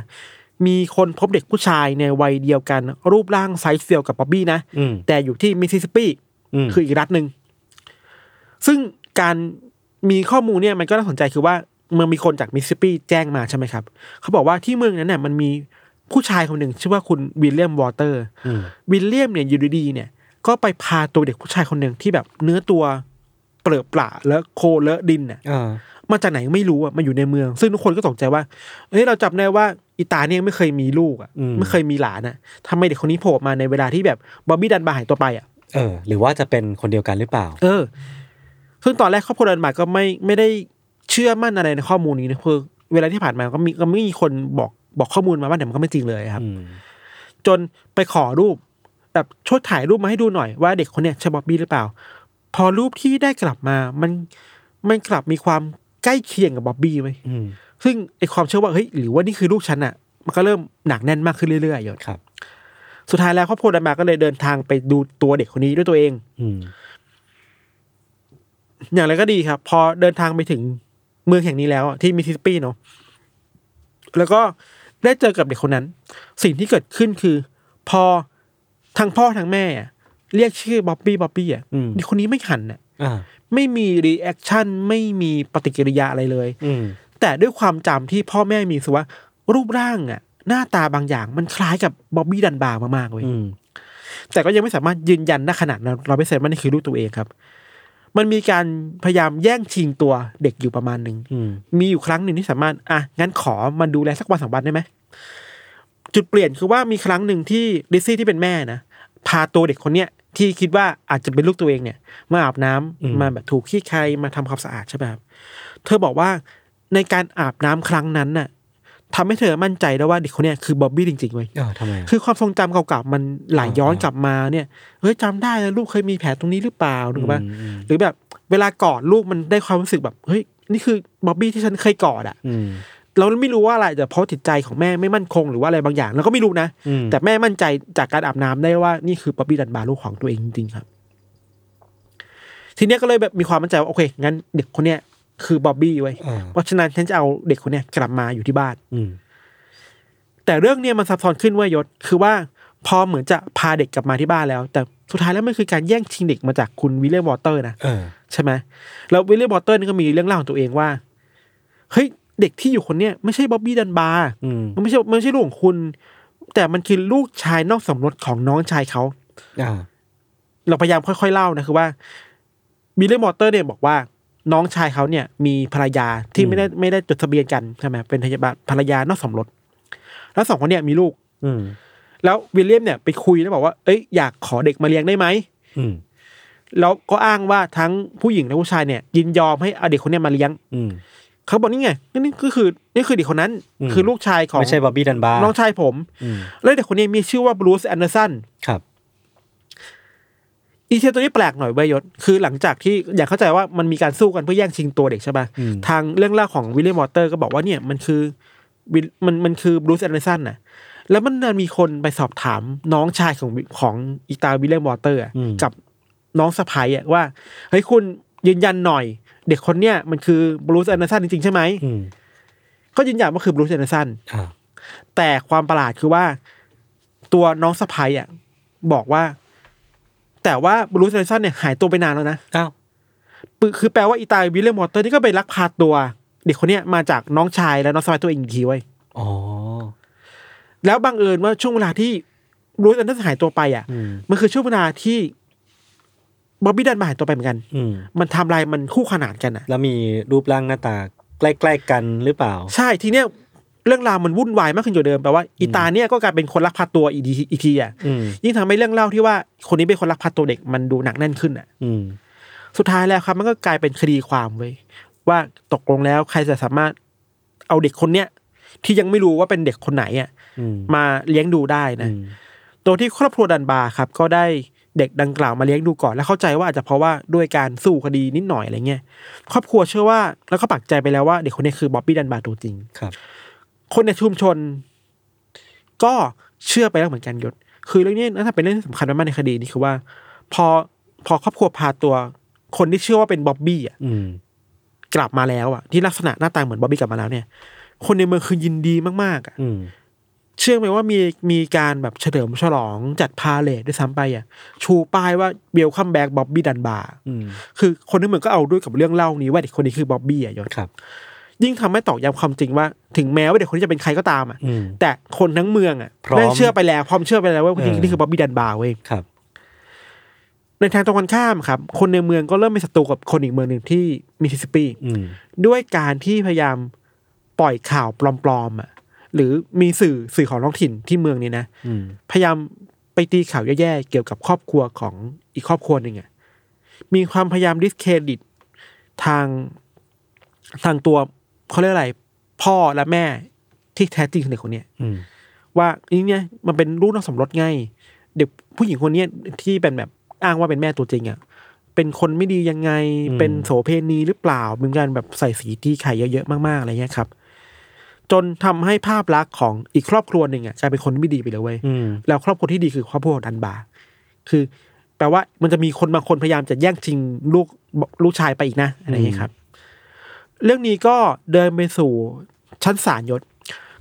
S3: มีคนพบเด็กผู้ชายในวัยเดียวกัน รูปร่างไซส์เดียวกับบ๊อบบี้นะ
S2: อืม
S3: แต่อยู่ที่มิสซิสซิปปี
S2: อืม
S3: คืออีกรัฐหนึ่ง ซึ่งการมีข้อมูลเนี่ยมันก็น่าสนใจคือว่าเมืองมีคนจากมิสซิสซิปปีแจ้งมาใช่ไหมครับ เขาบอกว่าที่เมืองนั้นเนี่ยมันมีผู้ชายคนหนึ่งชื่อว่าคุณวิลเลียมวอเตอร์
S2: อืม
S3: วิลเลียมเนี่ยอยู่ดีๆเนี่ยก็ไปพาตัวเด็กผู้ชายคนหนึ่งที่แบบเนื้อตัวเปลือะเปล่าและโคเลอะดินน่ะ
S2: เออ
S3: มาจากไหนไม่รู้อ่ะมาอยู่ในเมือง ซึ่งทุกคนก็ตกใจว่าเฮ้ยเราจับได้ว่าอีตาเนี่ยไม่เคยมีลูกอ่ะไม่เคยมีหลานอ่ะทำไมเด็กคนนี้โผล่มาในเวลาที่แบบบอบบี้ดันบาหายตัวไปอ่ะ
S2: เออ หรือว่าจะเป็นคนเดียวกันหรือเปล่า
S3: เออ ซึ่งตอนแรกครอบครัวเดนมาร์กก็ไม่ไม่ได้เชื่อมั่นอะไรในข้อมูลนี้นะคือเวลาที่ผ่านมาก็มีก็ไม่มีคนบอกบอกข้อมูลมาบ้างแต่มันก็ไม่จริงเลยครับ
S2: อืม
S3: จนไปขอรูป แบบช่วยถ่ายรูปมาให้ดูหน่อยว่าเด็กคนเนี้ยใช่บ๊อบบี้หรือเปล่า พอรูปที่ได้กลับมา มันมันกลับมีความใกล้เคียงกับบ๊อบบี้ไหม
S2: อืม
S3: ซึ่งไอความเชื่อว่าเฮ้ยหรือว่านี่คือลูกฉันอะมันก็เริ่มหนักแน่นมากขึ้นเรื่อยๆหยด
S2: ครับ
S3: สุดท้ายแล้วครอบครัวเดนมาร์กก็เลยเดินทางไปดูตัวเด็กคนนี้ด้วยตัวเอง
S2: อืม
S3: อย่างไรก็ดีครับ พอเดินทางไปถึงเมืองแห่งนี้แล้วอะที่มิสซิสซิปปีเนาะแล้วก็ได้เจอกับเด็กคนนั้น สิ่งที่เกิดขึ้นคือ พอทั้งพ่อทั้งแม่อะเรียกชื่อบ๊อบบี้บ๊อบบี้อ่ะ
S2: อืม
S3: เด็กคนนี้ไม่หันน่ะ
S2: อ่า
S3: ไม่มีรีแอคชั่นไม่มีปฏิกิริยาอะไรเลย
S2: อืม
S3: แต่ด้วยความจำที่พ่อแม่มีรู้สึกว่า รูปร่างอ่ะ หน้าตาบางอย่างมันคล้ายกับบ๊อบบี้ดันบาร์มากๆเว้ย
S2: อืม
S3: แต่ก็ยังไม่สามารถยืนยันณขนาดนั้นเราไม่เซ็นว่านี่คือลูกตัวเองครับ มันมีการพยายามแย่งชิงตัวเด็กอยู่ประมาณหนึ่ง
S2: อืม
S3: มีอยู่ครั้งหนึ่งที่สามารถ อ่ะ งั้นขอมันดูแลสักวันสองวันได้ไหม จุดเปลี่ยนคือว่ามีครั้งหนึ่งที่ดิซซี่ที่เป็นแม่นะ พาตัวเด็กคนเนี้ยที่คิดว่าอาจจะเป็นลูกตัวเองเนี่ย มาอาบน้ำมาแบบถูกขี้ใครมาทำความสะอาดใช่ไหมครับเธอบอกว่าในการอาบน้ำครั้งนั้นน่ะทำให้เธอมั่นใจได้ว่าเด็กคนเนี้ยคือบ๊อบบี้จริงๆเว้ย
S2: เออทำไมอะ
S3: คือความทรงจำเก่าๆมันไหลย้อน
S2: อ่า
S3: กลับมาเนี่ยเฮ้ยจำได้นะลูกเคยมีแผลตรงนี้หรือเปล่าหรือว่า
S2: อืม
S3: หรือแบบเวลากอดลูกมันได้ความรู้สึกแบบเฮ้ยนี่คือบ๊อบบี้ที่ฉันเคยกอดอะ
S2: อืม
S3: เราไม่รู้ว่าอะไรแต่เพราะจิตใจของแม่ไม่มั่นคงหรือว่าอะไรบางอย่างเราก็ไม่รู้นะ
S2: อืม
S3: แต่แม่มั่นใจจากการอาบน้ำได้ว่านี่คือป๊อบบี้ดันบาร์ลูกของตัวเองจริงๆครับ ทีเนี้ยก็เลยแบบมีความมั่นใจว่าโอเคงั้นเด็กคนเนี้ยคือบ๊อบบี้ไว้ย
S2: อ่า
S3: เพราะฉะนั้นฉันจะเอาเด็กคนเนี้ยกลับมาอยู่ที่บ้าน
S2: อืม
S3: แต่เรื่องเนี้ยมันซับซ้อนขึ้นเว่ายศ คือว่าพอเหมือนจะพาเด็กกลับมาที่บ้านแล้ว แต่สุดท้ายแล้วมันคือการแย่งชิงเด็กมาจากคุณวิลเลียมวอเตอร์นะ
S2: เออ
S3: ใช่ไหมแล้ววิลเลียมวอเตอร์นี่ก็มีเรื่องเล่าของตัวเองว่าเฮ้ยเด็กที่อยู่คนเนี้ยไม่ใช่บ๊อบบี้ดันบาร์
S2: อืม
S3: มันไม่ใช่มันไม่ใช่ลูกของคุณ แต่มันคือลูกชายนอกสมรสของน้องชายเขา
S2: อ่า
S3: เราพยายามค่อยๆเล่านะคือว่าวิลเลียมวอเตอร์เนี่ยบอกว่าน้องชายเขาเนี่ย มีภรรยาที่ไม่ได้ไม่ได้จดทะเบียนกันใช่ไหมเป็นทะยาบาลภรรยานอกสมรสแล้วสองคนเนี่ยมีลูก
S2: อืม
S3: แล้ววิลเลียมเนี่ยไปคุยแล้วบอกว่า เอ้ยอยากขอเด็กมาเลี้ยงได้ไหม
S2: อืม
S3: แล้วก็อ้างว่าทั้งผู้หญิงและผู้ชายเนี่ย ยินยอมให้เอาเด็กคนเนี้ยมาเลี้ยง
S2: อืม
S3: เขาบอกนี่ไงนี่ก็คือนี่คือเด็กคนนั้น
S2: อืม
S3: คือลูกชายของ
S2: ไม่ใช่บ๊อบบี้ดันบาร์
S3: น้องชายผม
S2: อืม
S3: แล้วเด็กคนนี้มีชื่อว่าบรูซแอนเดอร์สัน
S2: ครับ
S3: อีเทยตัวนี้แปลกหน่อยเวยยศ คือหลังจากที่อยากเข้าใจว่ามันมีการสู้กันเพื่อแย่งชิงตัวเด็กใช่ปะ
S2: อืม
S3: ทางเรื่องเล่าของวิลเลียมวอเตอร์ก็บอกว่าเนี่ยมันคือวิลมันมันคือบรูซแอนเดอร์สันน่ะ แล้วมันดันมีคนไปสอบถามน้องชายของวิของอีตาวิลเลียมวอเตอร์อะกับน้องสะพ้ายอะว่าเฮ้ยคุณยืนยันหน่อย เด็กคนเนี้ยมันคือบรูซแอนเดอร์สันจริงๆใช่ไหม
S2: อืม
S3: ก็ยืนยันว่าคือบรูซแอนเดอร์สัน
S2: อ่า
S3: แต่ความประหลาดคือว่าตัวน้องสะพ้ายอ่ะบอกว่า แต่ว่าบรูซแอนเดอร์สันเนี่ยหายตัวไปนานแล้วนะ
S2: อ้าว
S3: ปึคือแปลว่าอีตาวิลเลียมวอเตอร์นี่ก็ไปลักพาตัว เด็กคนเนี้ยมาจากน้องชายและน้องสะใภ้ตัวเองอีกทีไว้ย
S2: อ๋อ
S3: แล้วบังเอิญว่าช่วงเวลาที่ รูสแอนเดอร์หายตัวไปอ่ะ
S2: อืม
S3: มันคือช่วงเวลาที่บ๊อบบี้ดันมาหายตัวไปเหมือนกัน
S2: อืม
S3: มันไทำลายมันคู่ขนานกันอ่ะ
S2: แล้วมีรูปร่างหน้าตาใกล้ๆกันหรือเปล่า
S3: ใช่ทีเนี้ยเรื่องราวมันวุ่นวายมากขึ้นกว่าเดิมแปลว่าอีตาเนี่ยก็กลายเป็นคนลักพาตัวอีกทีอีกทีอ่ะ
S2: อืม
S3: ยิ่งทำให้เรื่องเล่าที่ว่าคนนี้เป็นคนลักพาตัวเด็กมันดูหนักแน่นขึ้นอ่ะ
S2: อืม
S3: สุดท้ายแล้วครับมันก็กลายเป็นคดีความเว้ยว่าตกลงแล้วใครจะสามารถเอาเด็กคนเนี้ยที่ยังไม่รู้ว่าเป็นเด็กคนไหนอ่ะ
S2: อืม
S3: มาเลี้ยงดูได้นะ
S2: อืม
S3: ตัวที่ครอบครัวดันบาร์ครับ ก็ได้เด็กดังกล่าวมาเลี้ยงดูก่อน และเข้าใจว่าอาจจะเพราะว่าด้วยการสู้คดีนิดหน่อยอะไรเงี้ยครอบครัวเชื่อว่าแล้วก็ปักใจไปแล้วว่าเด็กคนนี้คือบ๊อบบี้ดันบาร์ตัวจริง
S2: ครับ
S3: คนในชุมชน ก็เชื่อไปแล้วเหมือนกันยศ คือเรื่องนี้น่าจะเป็นเรื่องที่สำคัญมากๆในคดีนี้คือว่า พอพอครอบครัวพาตัว คนที่เชื่อว่าเป็นบ๊อบบี้อ่ะ
S2: อืม
S3: กลับมาแล้วอ่ะที่ลักษณะหน้าตาเหมือนบ๊อบบี้กลับมาแล้วเนี่ย คนในเมืองคือยินดีมากๆอ่ะ
S2: อืม
S3: เชื่อไหมว่ามีมีการแบบเฉลิมฉลองจัดพาเลทด้วยซ้ำไปอ่ะชูป้ายว่าเบลคัมแบ็กบ๊อบบี้ดันบาร์
S2: อืม
S3: คือคนที่เหมือนก็เอาด้วยกับเรื่องเล่านี้ว่าเด็กคนนี้คือบ๊อบบี้อ่ะยศ
S2: ครับ
S3: ยิ่งทำให้ตอกย้ำความจริงว่า ถึงแม้ว่าเด็กคนนี้จะเป็นใครก็ตามอ่ะ
S2: อืม
S3: แต่คนทั้งเมืองอ่ะ
S2: พร้อม
S3: แม่งเชื่อไปแล้วพร้อมเชื่อไปแล้วว่าคน
S2: เอ
S3: นี้
S2: อ
S3: นี่คือบ๊อบบี้ดันบาร์เว้ย
S2: ครับ
S3: ในทางตรงกันข้ามครับ คนในเมืองก็เริ่มเป็นศัตรูกับคนอีกเมืองหนึ่งที่มิสซิสซิปปี
S2: อืม
S3: ด้วยการที่พยายามปล่อยข่าวปลอมๆอ่ะหรือมีสื่อสื่อของท้องถิ่นที่เมืองนี้นะ
S2: อืม
S3: พยายามไปตีข่าวแย่ๆ เกี่ยวกับครอบครัวของอีกครอบครัวหนึ่งอะมีความพยายามดิสเครดิตทางทางตัวเขาเรียกอะไร พ่อและแม่ที่แท้จริงของเด็กคนเนี้ย
S2: อืม
S3: ว่านี่เนี่ยมันเป็นลูกนอกสมรสไง เด็กผู้หญิงคนเนี้ยที่เป็นแบบอ้างว่าเป็นแม่ตัวจริงอะเป็นคนไม่ดียังไงเป็นโสเพณีหรือเปล่าเป็นการแบบใส่สีที่ไข่เยอะๆมากๆอะไรเงี้ยครับ จนทำให้ภาพลักษณ์ของอีกครอบครัวหนึ่งอะกลายเป็นคนไม่ดีไปเลยเว้ย
S2: อืม
S3: แล้วครอบครัวที่ดีคือครอบครัวของดันบาร์คือ แปลว่ามันจะมีคนบางคนพยายามจะแย่งชิงลูกลูกชายไปอีกนะอะไรอย่างนี้ยครับ เรื่องนี้ก็เดินไปสู่ชั้นศาลยศ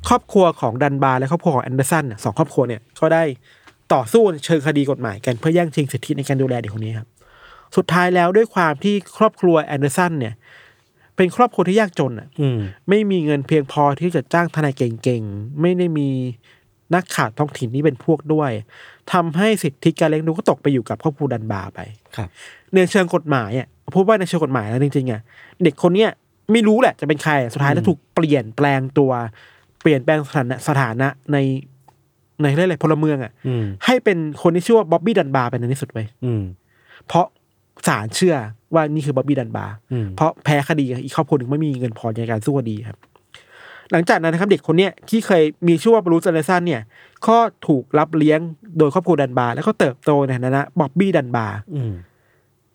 S3: ครอบครัวของดันบาร์และครอบครัวของแอนเดอร์สันน่ะสองครอบครัวเนี่ยก็ได้ต่อสู้เชิงคดีกฎหมายกันเพื่อแย่งชิงสิทธิในการดูแลเด็กคนนี้ครับ สุดท้ายแล้วด้วยความที่ครอบครัวแอนเดอร์สันเนี่ย เป็นครอบครัวที่ยากจนอ่ะ
S2: อืม
S3: ไม่มีเงินเพียงพอที่จะจ้างทนายเก่งๆ ไม่ได้มีนักข่าวท้องถิ่นที่เป็นพวกด้วยทำให้สิทธิการเลี้ยงดูก็ตกไปอยู่กับครอบครัวดันบาร์ไป
S2: ครับ
S3: ในเชิงกฎหมายอ่ะพูดว่าในเชิงกฎหมายแล้วจริงๆอ่ะเด็กคนเนี้ยไม่รู้แหละจะเป็นใครสุดท้ายแล้วถูกเปลี่ยนแปลงตัวเปลี่ยนแปลงสถานะสถานะในในเรื่องอะไรพลเมืองอ่ะ
S2: อืม
S3: ให้เป็นคนที่ชื่อว่าบ๊อบบี้ดันบาร์เป็นในที่สุดไป
S2: อืม
S3: เพราะศาลเชื่อว่านี่คือบ๊อบบี้ดันบาร์
S2: อืม
S3: เพราะแพ้คดีอีกครอบครัวหนึ่งไม่มีเงินพอในการสู้คดีครับ หลังจากนั้นนะครับ เด็กคนเนี้ยที่เคยมีชื่อว่าบรูซแอนเดอร์สันเนี่ยก็ถูกรับเลี้ยงโดยครอบครัวดันบาร์แล้วก็เติบโตในฐานะบ๊อบบี้ดันบาร์
S2: อืม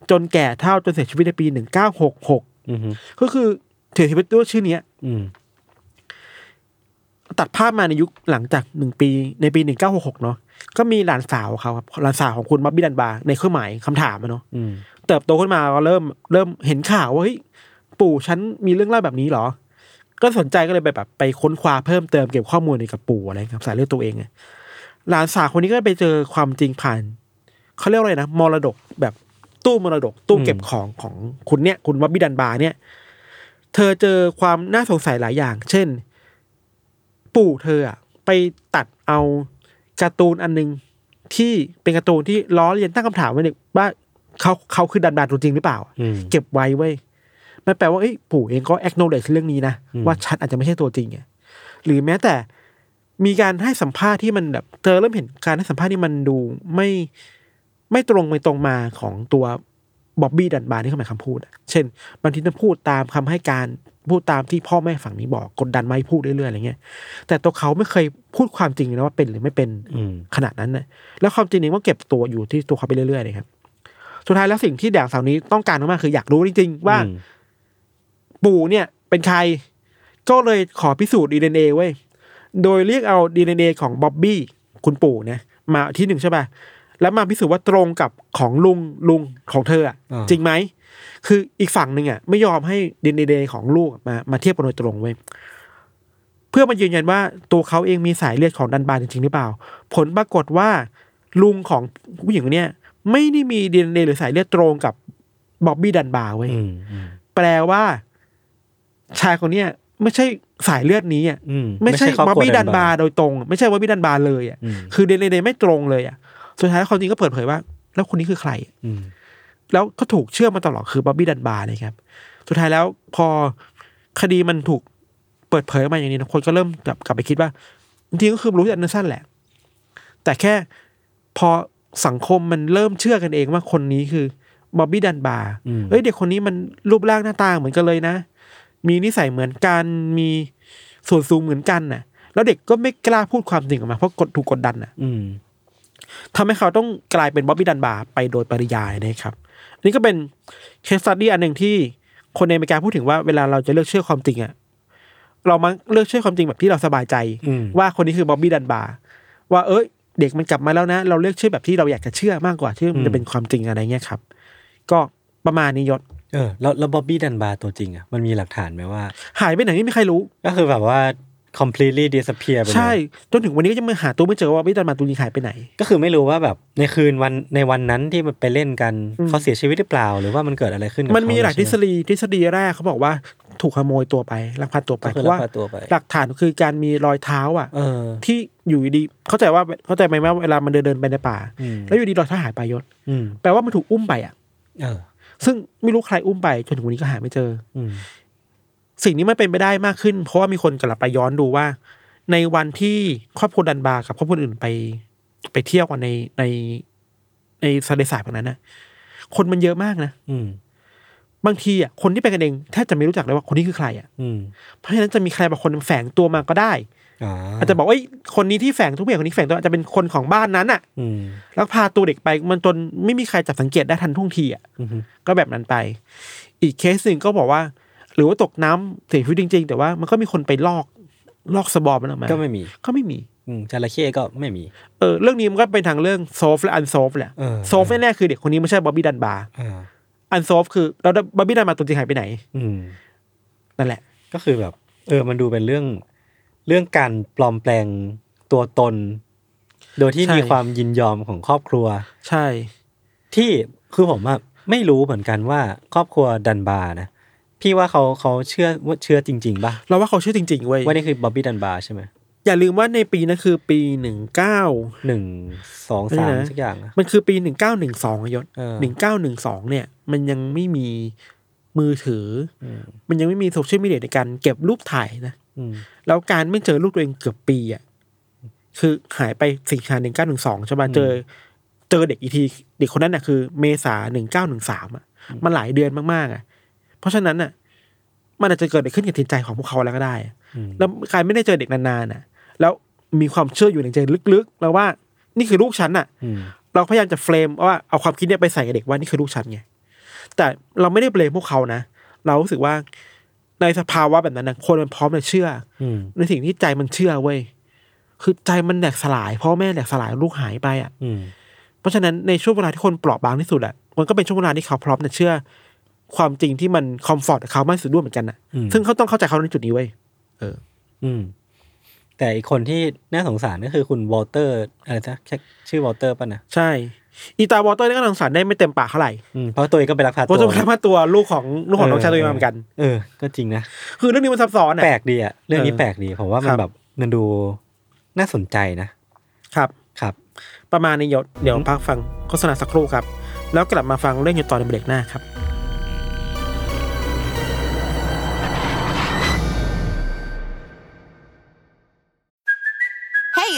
S3: จนแก่เท่าจนเสียชีวิตในปี 1966
S2: อืม
S3: ก็คือเสียชีวิตด้วยชื่อเนี้ย
S2: อืม
S3: ตัดภาพมาในยุคหลังจากหนึ่งปีในปี 1966 เนาะก็มีหลานสาวเขาครับหลานสาวของคุณบ๊อบบี้ดันบาร์ในเครื่องหมายคำถามอะเนาะ
S2: อืม
S3: เติบโตขึ้นมาก็เริ่มเริ่มเห็นข่าวว่าเฮ้ยปู่ฉันมีเรื่องเล่าแบบนี้เหรอ ก็สนใจก็เลยไปแบบไปค้นคว้าเพิ่มเติมเก็บข้อมูลเกี่ยวกับปู่อะไรครับสายเลือดตัวเองอะหลานสาวคนนี้ก็ไปเจอความจริงผ่านเขาเรียกว่าอะไรนะมรดกแบบตู้มรดกตู้เก็บของของคุณเนี่ย คุณวับบิดันบาร์เนี่ย เธอเจอความน่าสงสัยหลายอย่าง เช่น ปู่เธออะไปตัดเอาการ์ตูนอันหนึงที่เป็นการ์ตูนที่ล้อเลียนตั้งคำถามไว้เนี่ยว่าเขาเขาคือดันบาร์ตัวจริงหรือเปล่า
S2: อืม
S3: เก็บไว้เว้ยมันแปลว่าเอ้ยปู่เองก็ acknowledge เรื่องนี้นะ
S2: อืม
S3: ว่าฉันอาจจะไม่ใช่ตัวจริงอะหรือแม้แต่มีการให้สัมภาษณ์ที่มันแบบเธอเริ่มเห็นการให้สัมภาษณ์ที่มันดูไม่ไม่ตรงไปตรงมาของตัวบ๊อบบี้ดันบาร์ที่เขาหมายคำพูดอะเช่นบางทีต้องพูดตามคำให้การพูดตามที่พ่อแม่ฝั่งนี้บอกกดดันไม่พูดเรื่อยๆอะไรเงี้ยแต่ตัวเขาไม่เคยพูดความจริงเลยนะว่าเป็นหรือไม่เป็น
S2: อืม
S3: ขนาดนั้นนะแล้วความจริงเองก็เก็บตัวอยู่ที่ตัวเขาไปเรื่อยๆเลยครับ สุดท้ายแล้วสิ่งที่แดงสาวนี้ต้องการมากๆคืออยากรู้จริงๆ ว่า
S2: อืม
S3: ปู่เนี่ยเป็นใคร ก็เลยขอพิสูจน์ดีเอ็นเอเว้ย โดยเรียกเอาดีเอ็นเอของบ๊อบบี้คุณปู่เนี่ยมาที่หนึ่งใช่ป่ะ แล้วมาพิสูจน์ว่าตรงกับของลุงลุงของเธออะ
S2: า
S3: จริงไหม คืออีกฝั่งหนึ่งอ่ะไม่ยอมให้ดีเอ็นเอของลูกมามาเทียบกันโดยตรงเว้ย เพื่อมายืนยันว่าตัวเขาเองมีสายเลือดของดันบาร์จริงๆหรือเปล่า ผลปรากฏว่า ลุงของผู้หญิงคนเนี่ยไม่ได้มีดีเอ็นเอหรือสายเลือดตรงกับบ๊อบบี้ดันบาร์เว้ย
S2: อืมอืม
S3: แปลว่า ชายคนเนี้ย ไม่ใช่สายเลือดนี้อ่ะ
S2: อื
S3: ไม่ใช่
S2: คร
S3: บ๊อบ
S2: ครัว
S3: บี้ดันบาร์โดยตรงอะไม่ใช่บ๊อบบี้ดันบาร์เลยอ่ะ
S2: อืม
S3: คือเดนเดไม่ตรงเลยอ่ะสุดท้ายความจริงก็เปิดเผยว่า แล้วคนนี้คือใคร
S2: อืม
S3: แล้วก็ถูกเชื่อมาตลอดคือบ๊อบบี้ดันบาร์เลยครับ สุดท้ายแล้วพอคดีมันถูกเปิดเผยออกมาอย่างนี้นะคนก็เริ่มกลับกลับไปคิดว่าจริงๆก็คือรู้จักแอนเดอร์สันแหละ แต่แค่พอสังคมมันเริ่มเชื่อกันเองว่าคนนี้คือบ๊อบบี้ดันบาร์
S2: อืม
S3: เอ้ยเด็กคนนี้มันรูปร่างหน้าตาเหมือนกันเลยนะ มีนิสัยเหมือนกันมีส่วนสูงเหมือนกันน่ะ แล้วเด็กก็ไม่กล้าพูดความจริงออกมาเพราะกดถูกกดดันน่ะ
S2: อืม
S3: ทำให้เขาต้องกลายเป็นบ๊อบบี้ดันบาร์ไปโดยปริยายนะครับอันนี้ก็เป็นเคสตัดดี้อันหนึ่งที่คนในอเมริกาพูดถึงว่าเวลาเราจะเลือกเชื่อความจริงอะเรามักเลือกเชื่อความจริงแบบที่เราสบายใจ
S2: อืม
S3: ว่าคนนี้คือบ๊อบบี้ดันบาร์ว่าเอ้ยเด็กมันกลับมาแล้วนะ เราเลือกเชื่อแบบที่เราอยากจะเชื่อมากกว่าที่มันจะเป็นความจริงอะไรเงี้ยครับ ก็ประมาณนี้ยศ
S2: เออแล้วแล้วบ๊อบบี้ดันบาร์ตัวจริงอ่ะมันมีหลักฐานไหมว่า
S3: หายไปไหนไม่มีใครรู้
S2: ก็คือแบบว่า completely disappear ไปเลย
S3: ใช่จนถึงวันนี้ก็ยังไม่หาตัวไม่เจอว่าบ๊อบบี้ดันบาร์ตัวจริงหายไปไหน
S2: ก็คือไม่รู้ว่าแบบในคืนวันในวันนั้นที่มันไปเล่นกัน
S3: อืม
S2: เขาเสียชีวิตหรือเปล่า หรือว่ามันเกิดอะไรขึ้นกับ
S3: มันมี
S2: เข
S3: หลายทฤษ
S2: ใช่ไ
S3: ฎีทฤษฎีแรกเขาบอกว่าถูกขโมยตัวไปลักพาตัวไป
S2: ก็
S3: เพ
S2: คือลั
S3: ราะ
S2: ก
S3: ว่า
S2: พาตัวไป
S3: หลักฐานคือการมีรอยเท้าอ่ะ
S2: เออ
S3: ที่อยู่ดีๆเข้าใจว่าเข้าใจไหมว่าเวลามันเดินเดินไปในป่า
S2: อืม
S3: แล้วอยู่ดีรอยเท้าหายไปยศ
S2: อืม
S3: แปลว่ามันถูกอุ้มไปอ่ะ
S2: เออ
S3: ซึ่งไม่รู้ใครอุ้มไปจนถึงวันนี้ก็หาไม่เจอ
S2: อืม
S3: สิ่งนี้มันเป็นไปได้มากขึ้น เพราะว่ามีคนกลับไปย้อนดูว่า ในวันที่ครอบครัวดันบาร์กับครอบครัวอื่นไป ไปเที่ยวกันในในในทะเลสาบตรงนั้นนะคนมันเยอะมากนะ
S2: อืม
S3: บางทีอ่ะคนที่ไปกันเองแทบจะไม่รู้จักเลยว่าคนนี้คือใครอ่ะ
S2: อืม
S3: เพราะฉะนั้นจะมีใครบางคนแฝงตัวมาก็ได้
S2: อ่า
S3: อาจจะบอกว่าเอ้ยคนนี้ที่แฝงทุกอย่างคนนี้แฝงตัวอาจจะเป็นคนของบ้านนั้นน่ะ
S2: อืม
S3: แล้วพาตัวเด็กไปมันจนไม่มีใครจับสังเกตได้ทันท่วงทีอ่ะ
S2: อืม
S3: ก็แบบนั้นไป อีกเคสหนึ่งก็บอกว่า หรือว่าตกน้ำเสียชีวิตจริง ๆ แต่ว่ามันก็มีคนไปลอกลอกสบอมันออกมา
S2: ก็ไม่มี
S3: ก็ไม่มี
S2: อืมจระเข้ก็ไม่มี
S3: เออเรื่องนี้มันก็เป็นทางเรื่องโซฟและอันโซฟแหละ
S2: เออ
S3: โซฟแน่ๆคือเด็กคนนี้ไม่ใช่บ๊อบบี้ดันบาร์
S2: อ่า
S3: อันโซฟคือแล้วบ๊อบบี้ดันบาร์ตัวจริงหายไปไหน
S2: อืม
S3: นั่นแหละ
S2: ก็คือแบบ เออมันดูเป็นเรื่องเรื่องการปลอมแปลงตัวตน โดยที่
S3: ใช่
S2: มีความยินยอมของครอบครัว
S3: ใช่
S2: ที่คือผมอะไม่รู้เหมือนกันว่าครอบครัวดันบาร์นะ พี่ว่าเขาเขาเชื่อว่าเชื่อจริง ๆป่ะ
S3: เราว่าเขาเชื่อจริงๆเว้ย
S2: ว่านี่คือบ๊อบบี้ดันบาร์ใช่ไหม
S3: อย่าลืมว่าในปีนั้นคือปีหนึ่งเก้า
S2: หนึ่งสองสาม
S3: นี่นะ
S2: สักอย่างอะ
S3: มันคือปีหนึ่งเก้าหนึ่งสองยศ
S2: เออ
S3: หนึ่งเก้าหนึ่งสองเนี่ย มันยังไม่มีมือถือ มันยังไม่มีโซเชียลมีเดียในการเก็บรูปถ่ายนะ
S2: อืม
S3: แล้วการไม่เจอรูปตัวเองเกือบปีอ่ะคือหายไปสิงหาหนึ่งเก้าหนึ่งสองใช่ป่ะ
S2: อืม
S3: เจอ เจอเด็กอีกทีเด็กคนนั้นน่ะคือ เมษาหนึ่งเก้าหนึ่งสามอ่ะ มันหลายเดือนมากๆอ่ะ เพราะฉะนั้นน่ะ มันอาจจะเกิดอะไรขึ้นกับจิตใจของพวกเขาแล้วก็ได้อะ
S2: อืม
S3: แล้วการไม่ได้เจอเด็กนานๆน่ะ แล้วมีความเชื่ออยู่ในใจลึกๆ แล้วว่านี่คือลูกฉันน่ะ
S2: อืม
S3: เราพยายามจะเฟรมว่าเอาความคิดเนี่ยไปใส่กับเด็กว่านี่คือลูกฉันไง แต่เราไม่ได้เบลมพวกเขานะ เรารู้สึกว่าในสภาวะแบบนั้นนะคนมันพร้อมจะเชื่อ
S2: อืม
S3: ในสิ่งที่ใจมันเชื่อเว้ย คือใจมันแหลกสลายพ่อแม่แหลกสลายลูกหายไปอ่ะ
S2: อืม
S3: เพราะฉะนั้นในช่วงเวลาที่คนเปราะบางที่สุดอ่ะ มันก็เป็นช่วงเวลาที่เขาพร้อมจะเชื่อ ความจริงที่มันคอมฟอร์ตกับเขามากที่สุดด้วยเหมือนกันน่ะ
S2: อืม
S3: ซึ่งเขาต้องเข้าใจเขาในจุดนี้เว้ย
S2: อืม แต่อีกคนที่น่าสงสารก็คือคุณวอลเตอร์อะไรนะแค่ชื่อวอลเตอร์ป่ะนะ
S3: ใช่ อีตาวอเตอร์นี่ก็รังสรรค์ได้ไม่เต็มปากเท่าไหร่
S2: อืมเพราะตัวเองก็ไปรักพา
S3: เพราะ
S2: ตั
S3: จะ
S2: ว
S3: พามาตัวลูกของลูกของน้องชายตัวเองมาเหมือนกัน
S2: เออ ก็จริงนะ
S3: คือเรื่องนี้มันซับซ้อนอ่ะ
S2: แปลกดีอะเรื่องนี้
S3: เออ
S2: แปลกดี ผมว่ามั
S3: ครั
S2: น
S3: บ
S2: แบบมันดูน่าสนใจนะครับ ครับ
S3: ประมาณนี้ยศเดี๋ยวพักฟังโฆษณาสักครู่ครับ แล้วกลับมาฟังเรื่องยศต่อในเบรกหน้าครับ
S4: Hey,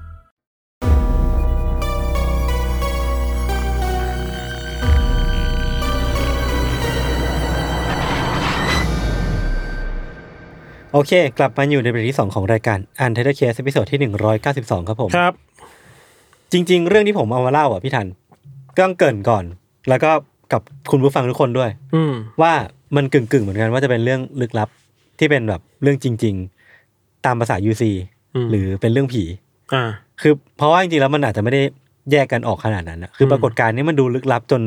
S2: โอเค กลับมาอยู่ในเบรกที่ 2 ของรายการอันเทอร์เคสพิโซดที่ 192 ครับผม
S3: ครับ
S2: จริง ๆ เรื่องที่ผมเอามาเล่าอ่ะพี่ทันก็ต้องเกรินก่อน แล้วก็กับคุณผู้ฟังทุกคนด้วย
S3: อืม
S2: ว่ามันกึ่งๆ เหมือนกันว่าจะเป็นเรื่องลึกลับที่เป็นแบบเรื่องจริง ตามภาษา UC
S3: อืม
S2: หรือเป็นเรื่องผี
S3: อ่า
S2: คือเพราะว่าจริงๆแล้วมันอาจจะไม่ได้แยกกันออกขนาดนั้นนะคือปรากฏการณ์นี้มันดูลึกลับจน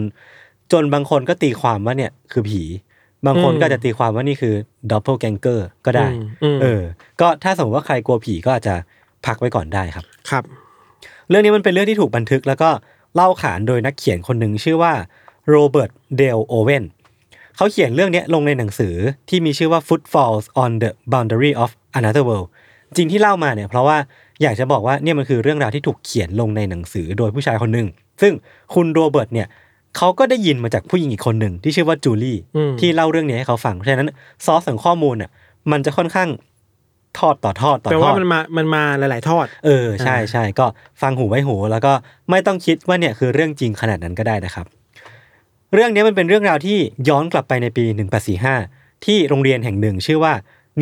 S2: จนบางคนก็ตีความว่าเนี่ยคือผี บางคน
S3: อืม
S2: ก็อาจจะตีความว่านี่คือด o ปเ p ลแกงเกอร์ก็ได้
S3: อืมอืม
S2: เออ ก็ถ้าสมมติว่าใครกลัวผีก็อาจจะพักไว้ก่อนได้ครับ
S3: ครับ
S2: เรื่องนี้มันเป็นเรื่องที่ถูกบันทึกแล้วก็เล่าขานโดยนักเขียนคนหนึ่งชื่อว่าโรเบิร์ตเดลโอเวนเขาเขียนเรื่องเนี้ยลงในหนังสือที่มีชื่อว่า Footfalls on the Boundary of Another World จริงที่เล่ามาเนี่ยเพราะว่าอยากจะบอกว่าเนี่ยมันคือเรื่องราวที่ถูกเขียนลงในหนังสือโดยผู้ชายคนหนึ่งซึ่งคุณโรเบิร์ตเนี่ยเขาก็ได้ยินมาจากผู้หญิงอีกคนหนึ่งที่ชื่อว่าจูลี่
S3: อืม
S2: ที่เล่าเรื่องนี้ให้เขาฟังเพราะฉะนั้นซอสของข้อมูลอ่ะมันจะค่อนข้างทอดต่อทอดต่อทอด
S3: แปลว่ามันมามันมาหลาย ๆ ทอด
S2: เออใช่ใช่ก็ฟังหูไว้หู แล้วก็ไม่ต้องคิดว่าเนี่ยคือเรื่องจริงขนาดนั้นก็ได้นะครับ เรื่องนี้มันเป็นเรื่องราวที่ย้อนกลับไปในปี 1845 ที่โรงเรียนแห่งหนึ่งชื่อว่า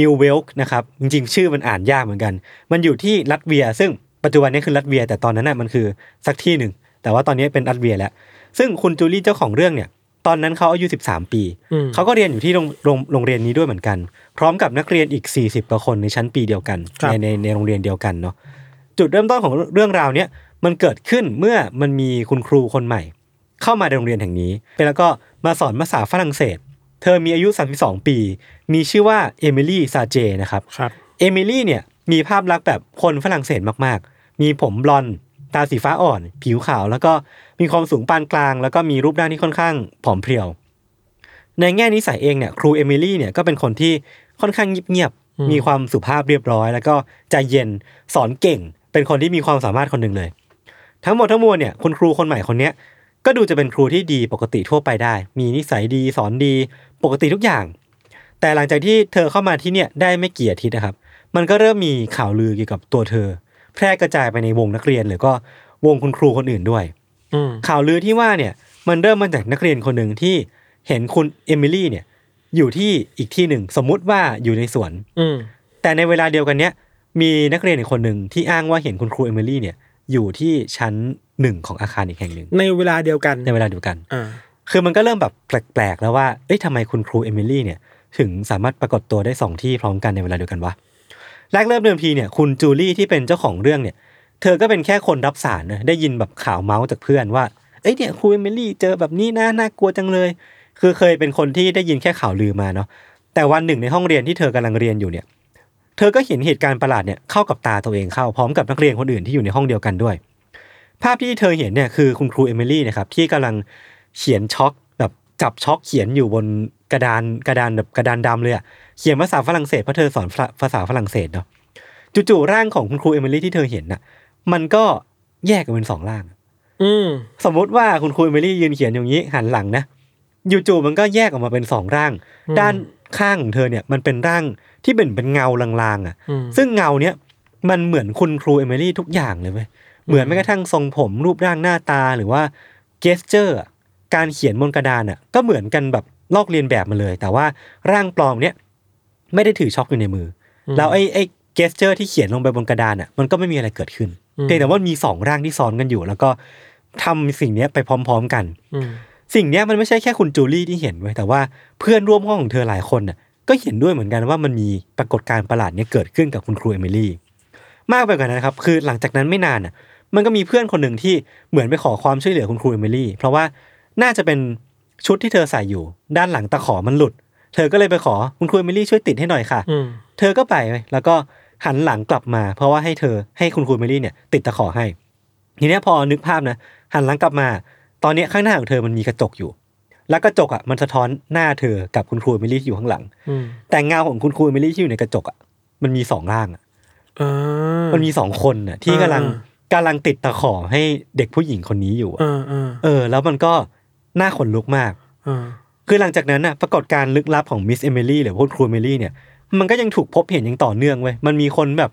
S2: นิวเวลค์นะครับ จริงๆ ชื่อมันอ่านยากเหมือนกัน มันอยู่ที่ลัตเวีย ซึ่งปัจจุบันนี้คือลัตเวีย แต่ตอนนั้นน่ะมันคือสักที่หนึ่ง แต่ว่าตอนนี้เป็นลัตเวียแล้ว ซึ่งคุณจูลี่เจ้าของเรื่องเนี่ย ตอนนั้นเขาอายุ 13 ปี
S3: อืม
S2: เขาก็เรียนอยู่ที่โรงโรงโรงเรียนนี้ด้วยเหมือนกัน พร้อมกับนักเรียนอีก 40กว่าคนในชั้นปีเดียวกัน
S3: ครับ
S2: ในในในโรงเรียนเดียวกันเนาะ จุดเริ่มต้นของเรื่องราวเนี้ยมันเกิดขึ้นเมื่อมันมีคุณครูคนใหม่ เข้ามาในโรงเรียนแห่งนี้ เป็นแล้วก็มาสอนภาษาฝรั่งเศส เธอมีอายุ 32 ปี มีชื่อว่าเอมิลี่ซาเจนะครับ
S3: ครับ
S2: เอมิลี่เนี่ยมีภาพลักษณ์แบบคนฝรั่งเศสมากๆ มีผมบลอนด์ตาสีฟ้าอ่อน ผิวขาว แล้วก็มีความสูงปานกลาง แล้วก็มีรูปร่างที่ค่อนข้างผอมเพรียว ในแง่นิสัยเองเนี่ยครูเอมิลี่เนี่ยก็เป็นคนที่ค่อนข้างเงียบๆมีความสุภาพเรียบร้อย แล้วก็ใจเย็นสอนเก่ง เป็นคนที่มีความสามารถคนหนึ่งเลย ทั้งหมดทั้งมวลเนี่ยคุณครูคนใหม่คนเนี้ยก็ดูจะเป็นครูที่ดีปกติทั่วไปได้ มีนิสัยดีสอนดีปกติทุกอย่าง แต่หลังจากที่เธอเข้ามาที่เนี่ยได้ไม่กี่อาทิตย์นะครับ มันก็เริ่มมีข่าวลือเกี่ยวกับตัวเธอ แพร่กระจายไปในวงนักเรียนหรือก็วงคุณครูคนอื่นด้วย
S3: อืม
S2: ข่าวลือที่ว่าเนี่ยมันเริ่มมาจากนักเรียนคนหนึ่งที่เห็นคุณเอมิลี่เนี่ยอยู่ที่อีกที่หนึ่งสมมุติว่าอยู่ในสวน
S3: อืม
S2: แต่ในเวลาเดียวกันเนี้ยมีนักเรียนอีกคนหนึ่งที่อ้างว่าเห็นคุณครูเอมิลี่เนี่ยอยู่ที่ชั้นหนึ่งของอาคารอีกแห่งหนึ่ง
S3: ในเวลาเดียวกัน
S2: ในเวลาเดียวกัน
S3: อ่า
S2: คือมันก็เริ่มแบบแปลกๆ แล้วว่า เอ้ยทำไมคุณครูเอมิลี่เนี่ย ถึงสามารถปรากฏตัวได้สองที่พร้อมกันในเวลาเดียวกันวะ แรกเริ่มเดิมทีเนี่ย คุณจูลี่ที่เป็นเจ้าของเรื่องเนี่ย เธอก็เป็นแค่คนรับสารนะได้ยินแบบข่าวเมาส์จากเพื่อนว่า เอ้ยเนี่ยครูเอมิลี่เจอแบบนี้นะน่ากลัวจังเลย คือเคยเป็นคนที่ได้ยินแค่ข่าวลือมาเนาะ แต่วันหนึ่งในห้องเรียนที่เธอกำลังเรียนอยู่เนี่ย เธอก็เห็นเหตุการณ์ประหลาดเนี่ยเข้ากับตาตัวเองเข้าพร้อมกับนักเรียนคนอื่นที่อยู่ในห้องเดียวกันด้วย ภาพที่เธอเห็นเนี่ยคือคุณครูเอมิลี่นะครับที่กำลังเขียนช็อกแบบจับช็อกเขียนอยู่บนกระดานกระดานแบบกระดานดำเลยอะเขียนภาษาฝรั่งเศสเพราะเธอสอนภาษาฝรั่งเศสเนาะจู่ๆร่างของคุณครูเอมิลี่ที่เธอเห็นน่ะมันก็แยกกันเป็นสองร่าง
S3: อืม
S2: สมมติว่าคุณครูเอมิลี่ยืนเขียนอย่างนี้หันหลังนะจู่ๆมันก็แยกออกมาเป็นสองร่าง ด้านข้างของเธอเนี่ยมันเป็นร่างที่เป็นเป็นเงาลางๆอ่ะ
S3: อืม
S2: ซึ่งเงาเนี้ยมันเหมือนคุณครูเอมิลี่ทุกอย่างเลยเว้ยเหมือนแม้กระทั่งทรงผมรูปร่างหน้าตาหรือว่าเกสเจอร์การเขียนบนกระดานอ่ะก็เหมือนกันแบบลอกเลียนแบบมาเลย แต่ว่าร่างปลอมเนี้ยไม่ได้ถือช็อกอยู่ในมืออแล้วไอ้ไอ้เกสเจอร์ที่เขียนลงไปบนกระดานอ่ะมันก็ไม่มีอะไรเกิดขึ้นเพียงแต่ว่ามีสองร่างที่ซ้อนกันอยู่ แล้วก็ทำสิ่งเนี้ยไปพร้อม ๆ กัน
S3: อืม
S2: สิ่งเนี้ยมันไม่ใช่แค่คุณจูลี่ที่เห็นเว้ยแต่ว่าเพื่อนร่วมห้องของเธอหลายคนน่ะก็เห็นด้วยเหมือนกันว่ามันมีปรากฏการณ์ประหลาดเนี้ยเกิดขึ้นกับคุณครูเอมิลี่มากไปกว่านั้นนะครับ คือหลังจากนั้นไม่นานน่ะมันก็มีเพื่อนคนหนึ่งที่เหมือนไปขอความช่วยเหลือคุณครูเอมิลี่เพราะว่าน่าจะเป็นชุดที่เธอใส่อยู่ ด้านหลังตะขอมันหลุด เธอก็เลยไปขอคุณครูเอมิลี่ช่วยติดให้หน่อยค่ะ
S3: อืม
S2: เธอก็ไปเว้ยแล้วก็หันหลังกลับมา เพราะว่าให้เธอให้คุณครูเมลี่เนี่ยติดตะขอให้ ทีเนี้ยพอนึกภาพนะหันหลังกลับมา ตอนเนี้ยข้างหน้าของเธอมันมีกระจกอยู่ แล้วกระจกอ่ะมันสะท้อนหน้าเธอกับคุณครูเมลี่ที่อยู่ข้างหลัง
S3: อืม
S2: แต่เงาของคุณครูเมลี่ที่อยู่ในกระจกอ่ะมันมีสองร่างอะ
S3: อ่า
S2: มันมีสองคนน่ะที่กำลัง
S3: อ่
S2: กำลังติดตะขอให้เด็กผู้หญิงคนนี้อยู่อะ
S3: อ่าอ่า
S2: เออ แล้วมันก็น่าขนลุกมาก
S3: อ่า
S2: คือหลังจากนั้นน่ะปรากฏการณ์ลึกลับของมิสเอมิลี่หรือพวกครูเอมิลี่เนี่ยมันก็ยังถูกพบเห็นอย่างต่อเนื่องเว้ยมันมีคนแบบ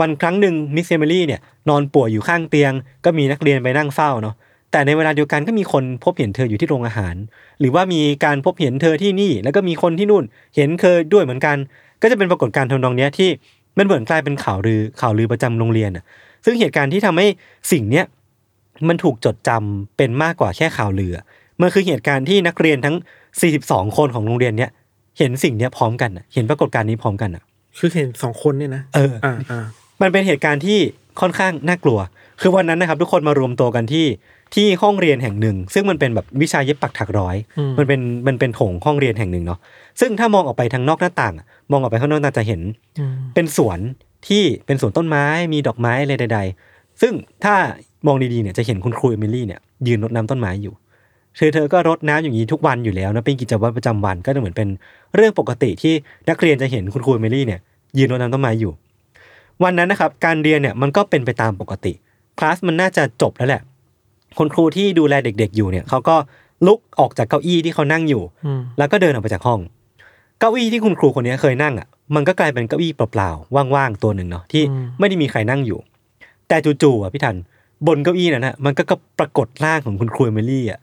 S2: วันครั้งหนึ่งมิสเอมิลี่เนี่ยนอนป่วยอยู่ข้างเตียง ก็มีนักเรียนไปนั่งเฝ้าเนาะแต่ในเวลาเดียวกันก็มีคนพบเห็นเธออยู่ที่โรงอาหาร หรือว่ามีการพบเห็นเธอที่นี่ แล้วก็มีคนที่นู่นเห็นเธอด้วยเหมือนกัน ก็จะเป็นปรากฏการณ์ทำนองเนี้ยที่มันเหมือนกลายเป็นข่าวลือข่าวลือประจำโรงเรียนน่ะซึ่งเหตุการณ์ที่ทำให้สิ่งเนี้ย มันถูกจดจำเป็นมากกว่าแค่ข่าวลือ มันคือเหตุการณ์ที่นักเรียนทั้ง 42 คนของโรงเรียนเนี้ยเห็นสิ่งเนี้ยพร้อมกันน่ะเห็นปรากฏการณ์นี้พร้อมกันน่ะ
S3: คือเห็นสองคนเนี่ยนะ
S2: เออ
S3: อ่าอ่า
S2: มันเป็นเหตุการณ์ที่ค่อนข้างน่ากลัว คือวันนั้นนะครับ ทุกคนมารวมตัวกันที่ที่ห้องเรียนแห่งหนึ่ง ซึ่งมันเป็นแบบวิชาเย็บปักถักร้อย มันเป็นมันเป็นโถงห้องเรียนแห่งหนึ่งเนาะ ซึ่งถ้ามองออกไปทางนอกหน้าต่างอะมองออกไปข้างนอกน่าจะเห็น
S3: อืม
S2: เป็นสวนที่เป็นสวนต้นไม้มีดอกไม้อะไรใด ๆ ซึ่งถ้ามองดีๆเนี่ยจะเห็นคุณครูเอมิลี่เนี่ยยืนรดน้ำต้นไม้อยู่คือเธอก็รดน้ำอย่างนี้ทุกวันอยู่แล้วนะเป็นกิจวัตรประจำวันก็จะเหมือนเป็นเรื่องปกติที่นักเรียนจะเห็นคุณครูเอมิลี่เนี่ยยืนรดน้ำต้นไม้อยู่ วันนั้นนะครับการเรียนเนี่ยมันก็เป็นไปตามปกติคลาสมันน่าจะจบแล้วแหละคุณครูที่ดูแลเด็ก ๆ อยู่เนี่ยเขาก็ลุกออกจากเก้าอี้ที่เขานั่งอยู่
S3: อืม
S2: แล้วก็เดินออกไปจากห้อง เก้าอี้ที่คุณครูคนนี้เคยนั่งอ่ะ มันก็กลายเป็นเก้าอี้เปล่าๆ ว่างๆ ตัวหนึ่งเนาะที่ไม่ได้มีใครนั่งอยู่ แต่จู่ๆอ่ะพี่ทัน บนเก้าอี้นั้นนะมันก็ก็ปรากฏร่างของคุณครูเอมิลี่อ่ะ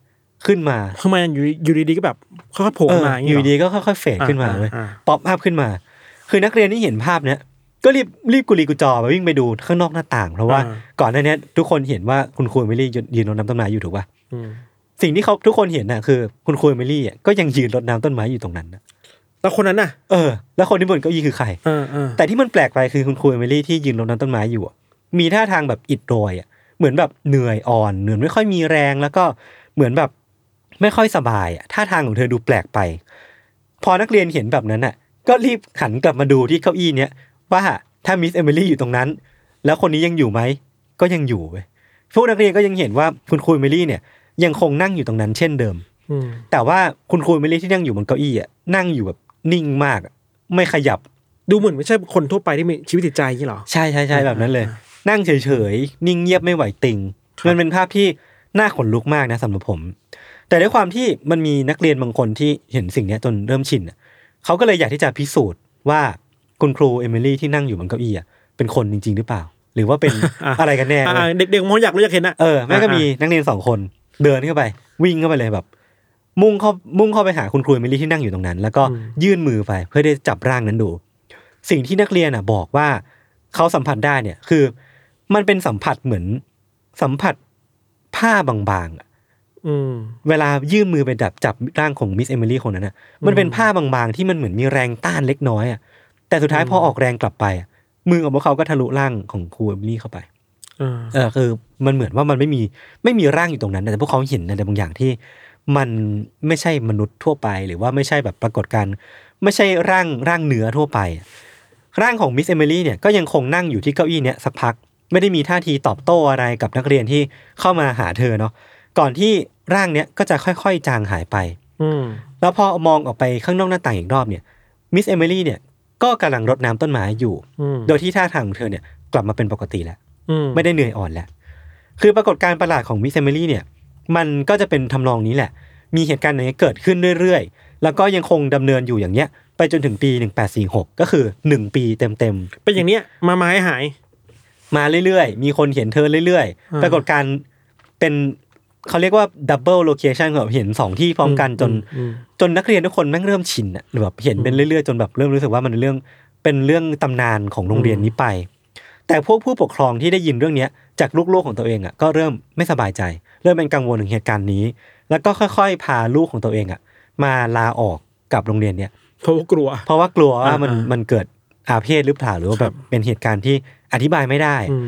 S2: ขึ้นมา
S3: ทำไมอยู่อยู่ดีๆก็แบบเขาก็โผล่
S2: เออ
S3: มาอย่า
S2: อ
S3: งเงี้
S2: ยู่
S3: เหร
S2: ดีก็ค่อยๆเฟดขึ้นมา
S3: อ่า
S2: เลย
S3: อ่า
S2: ป๊อปอัพขึ้นมา คือนักเรียนที่เห็นภาพเนี้ยก็รีบรีบกุลีกุจอมาวิ่งไปดูข้างนอกหน้าต่าง เพราะว่าก่อนหน้านี้ทุกคนเห็นว่าคุณครูเอมิลี่ยืนรดน้ำต้นไม้อยู่ถูกป่ะ
S3: อืม
S2: สิ่งที่เขาทุกคนเห็นน่ะคือคุณครูเอมิลี่อ่ะก็ยังยืนรดน้ำต้นไม้อยู่ตรงนั้นนะ
S3: แล้วคนนั้นน่ะ
S2: เออแล้วคนที่บนเก้าอี้คือใคร
S3: เออเออ
S2: แต่ที่มันแปลกไปคือคุณครูเอมิลี่ที่ยืนรดน้ำต้นไม้อยู่อะมีท่าทางแบบอิดโรยอ่ะเหมือนแบบเหนื่อยอ่อนเหนื่อยไม่ค่อยมีแรงแล้วก็เหมือนแบบไม่ค่อยสบายอ่ะท่าทางของเธอดูแปลกไป พอนักเรียนเห็นแบบนั้นอ่ะ ก็รีบหันกลับมาดูที่เก้าอี้เนี้ยว่าถ้ามิสเอมิลี่อยู่ตรงนั้น แล้วคนนี้ยังอยู่ไหมก็ยังอยู่เว้ยพวกนักเรียนก็ยังเห็นว่าคุณครูเอมิลี่เนี่ยยังคงนั่งอยู่ตรงนั้นเช่นเดิม
S3: อืม
S2: แต่ว่าคุณครูเอมิลี่ที่นั่งอยู่บนเก้าอี้อ่ะนั่งอยู่แบบนิ่งมากอะไม่ขยับ
S3: ดูเหมือนไม่ใช่คนทั่วไปที่มีชีวิตจิตใจอย่างนี้เหรอ
S2: ใช่ใช่ใช่
S3: อ่า
S2: แบบนั้นเลย
S3: อ่า
S2: นั่งเฉยๆ นิ่งเงียบไม่ไหวติง มันเป็นภาพที่น่าขนลุกมากนะสำหรับผม แต่ด้วยความที่มันมีนักเรียนบางคนที่เห็นสิ่งเนี้ยจนเริ่มชินอะเขาก็เลยอยากที่จะพิสูจน์ว่าคุณครูเอมิลี่ที่นั่งอยู่บนเก้าอี้อะเป็นคนจริง ๆ หรือเปล่า หรือว่าเป็น อะไรกันแน่
S3: อ่า
S2: เว้ย
S3: อ่าเด็กๆมันอยากรู้อยากเห็นอ่ะ
S2: เออแม่งก็มี
S3: อ่า
S2: นักเรียนสองคนเดินเข้าไป วิ่งเข้าไปเลยแบบ มุ่งเข้ามุ่งเข้าไปหาคุณครูเอมิลี่ที่นั่งอยู่ตรงนั้น แล้วก็ยื่นมือไปเพื่อที่จะจับร่างนั้นดู สิ่งที่นักเรียนอ่ะบอกว่าเขาสัมผัสได้เนี่ยคือ มันเป็นสัมผัสเหมือนสัมผัสผ้าบางๆอะ
S3: อืม
S2: เวลายื่นมือไปดับจับร่างของมิสเอมิลี่คนนั้นอ่ะมันเป็นผ้าบางๆ ที่มันเหมือนมีแรงต้านเล็กน้อยอ่ะแต่สุดท้ายพอออกแรงกลับไปอะมือของพวกเขาก็ทะลุร่างของครูเอมิลี่เข้าไป
S3: เออ
S2: เออคือมันเหมือนว่ามันไม่มีไม่มีร่างอยู่ตรงนั้น แต่พวกเขาเห็นอะไรบางอย่างที่ มันไม่ใช่มนุษย์ทั่วไป หรือว่าไม่ใช่แบบปรากฏการณ์ไม่ใช่ร่างร่างเนื้อทั่วไป ร่างของมิสเอมิลี่เนี่ยก็ยังคงนั่งอยู่ที่เก้าอี้เนี่ยสักพัก ไม่ได้มีท่าทีตอบโต้อะไรกับนักเรียนที่เข้ามาหาเธอเนาะก่อนที่ร่างเนี้ยก็จะค่อยๆ จางหายไป
S3: อืม
S2: แล้วพอมองออกไปข้างนอกหน้าต่างอีกรอบเนี่ยมิสเอมิลี่เนี่ยก็กำลังรดน้ำต้นไม้อยู่
S3: อืม
S2: โดยที่ท่าทางของเธอเนี่ยกลับมาเป็นปกติแล้ว
S3: อืม
S2: ไม่ได้เหนื่อยอ่อนแล้ว คือปรากฏการณ์ประหลาดของมิสเซมิลี่เนี่ย มันก็จะเป็นทำนองนี้แหละ มีเหตุการณ์ไหนเกิดขึ้นเรื่อยๆ แล้วก็ยังคงดำเนินอยู่อย่างเนี้ย ไปจนถึงปี 1846 ก็คือ 1 ปีเต็ม
S3: เป็นอย่างเนี้ยมาไม้หาย
S2: ๆ มาเรื่อยๆ มีคนเห็นเธอเรื่อย
S3: อ่า
S2: ๆ ปรากฏการณ์เป็นเขาเรียกว่าดับเบิลโลเคชันแบบเห็น 2 ที่พร้อมกันจน
S3: อืม
S2: จนนักเรียนทุกคนแม่งเริ่มชินอะหรือแบบเห็นเป็นเรื่อยๆ จนแบบเริ่มรู้สึกว่ามันเป็นเรื่องเป็นเรื่องตำนานของโรงเรียนนี้ไป แต่พวกผู้ปกครองที่ได้ยินเรื่องเนี้ยจากลูกๆของตัวเองอะก็เริ่มไม่สบายใจ เริ่มเป็นกังวลถึงเหตุการณ์นี้ แล้วก็ค่อยๆ พาลูกของตัวเองอะมาลาออกกับโรงเรียนเนี้ย
S3: เพราะว่ากลัว
S2: เพราะว่ากลัวว่ามัน
S3: อ่าๆ
S2: มันเกิดอาเพศหรือเปล่าหรือว่าแบบ
S3: ครับ
S2: เป็นเหตุการณ์ที่อธิบายไม่ได้
S3: อืม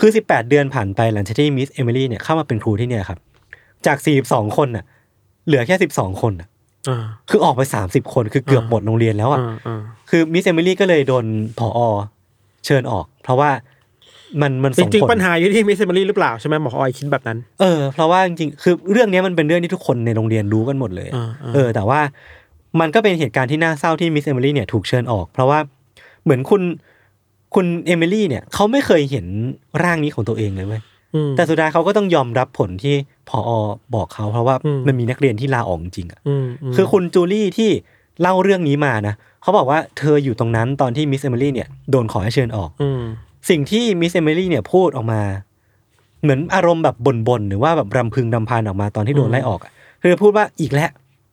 S2: คือ 18 เดือนผ่านไปหลังจากที่มิสเอมิลี่เนี่ยเข้ามาเป็นครูที่เนี่ยครับ จาก 42 คนน่ะเหลือแค่ 12 คนน่ะ
S3: อ่า
S2: คือออกไป 30 คนคือเกือบหมดโรงเรียนแล้วอ่ะ
S3: อ่าอ่า
S2: คือมิสเอมิลี่ก็เลยโดนผออเชิญออก เพราะว่ามันมัน
S3: จ
S2: ส่ง
S3: ริง
S2: ผล
S3: ๆปัญหาอยู่ที่มิสเซมารีหรือเปล่าใช่ไหมหมอออยคิดแบบนั้น
S2: เออเพราะว่าจริงๆคือเรื่องเนี้ยมันเป็นเรื่องที่ทุกคนในโรงเรียนรู้กันหมดเลยอะ
S3: อ่าอ่า
S2: เออ แต่ว่ามันก็เป็นเหตุการณ์ที่น่าเศร้าที่มิสเอมิลี่เนี่ยถูกเชิญออก เพราะว่าเหมือนคุณคุณเอมิลี่เนี่ยเขาไม่เคยเห็นร่างนี้ของตัวเองเลยเว้ย
S3: อืม
S2: แต่สุดท้ายเขาก็ต้องยอมรับผลที่ผออบอกเขา เพราะว่า
S3: อืม
S2: มันมีนักเรียนที่ลาออกจริงๆอะ
S3: อืมม
S2: คือคุณจูลี่ที่เล่าเรื่องนี้มานะเขาบอกว่าเธออยู่ตรงนั้นตอนที่มิสเอมิลี่เนี่ยโดนขอให้เชิญออก
S3: อืม
S2: สิ่งที่มิสเอมิลี่เนี่ยพูดออกมา เหมือนอารมณ์แบบบ่นๆ หรือว่าแบบรำพึงรำพันออกมาตอนที่โดนไล่ออกอะคือพูดว่าอีกแล้ว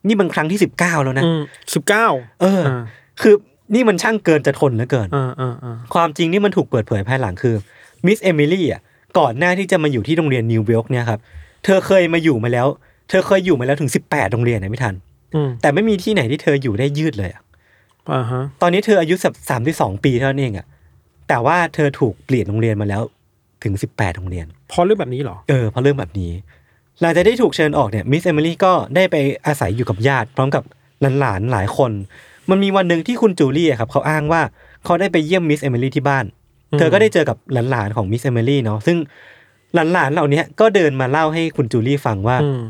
S2: นี่มันครั้งที่สิบเก้าแล้วนะ
S3: อืมสิบเก้า
S2: เออ คือนี่มันช่างเกินจะทนเหลือเกิน
S3: อ่าอ่าอ่า
S2: ความจริงนี่มันถูกเปิดเผยภายหลังคือมิสเอมิลี่อ่ะก่อนหน้าที่จะมาอยู่ที่โรงเรียนนิวเวลเนี่ยครับเธอเคยมาอยู่มาแล้ว เธอเคยอยู่มาแล้วถึง 18 โรงเรียนนะไม่ทัน
S3: อืม
S2: แต่ไม่มีที่ไหนที่เธออยู่ได้ยืดเลยอะ
S3: อ่าฮะ
S2: ตอนนี้เธออายุสักสามที่สองปีเท่านั้นเองอะแต่ว่าเธอถูกเปลี่ยนโรงเรียนมาแล้วถึงสิบแปดโรงเรียน
S3: เพราะเรื่องแบบนี้เหรอ
S2: เออเพราะเรื่องแบบนี้ หลังจากที่ถูกเชิญออกเนี่ยมิสเอมิลี่ก็ได้ไปอาศัยอยู่กับญาติ พร้อมกับหลานๆหลายคน มันมีวันหนึ่งที่คุณจูลี่อะครับเขาอ้างว่าเขาได้ไปเยี่ยมมิสเอมิลี่ที่บ้าน
S3: อืม
S2: เธอก็ได้เจอกับหลานๆของมิสเอมิลี่เนาะซึ่งหลานๆเหล่าเนี้ยก็เดินมาเล่าให้คุณจูลี่ฟังว่า
S3: อืม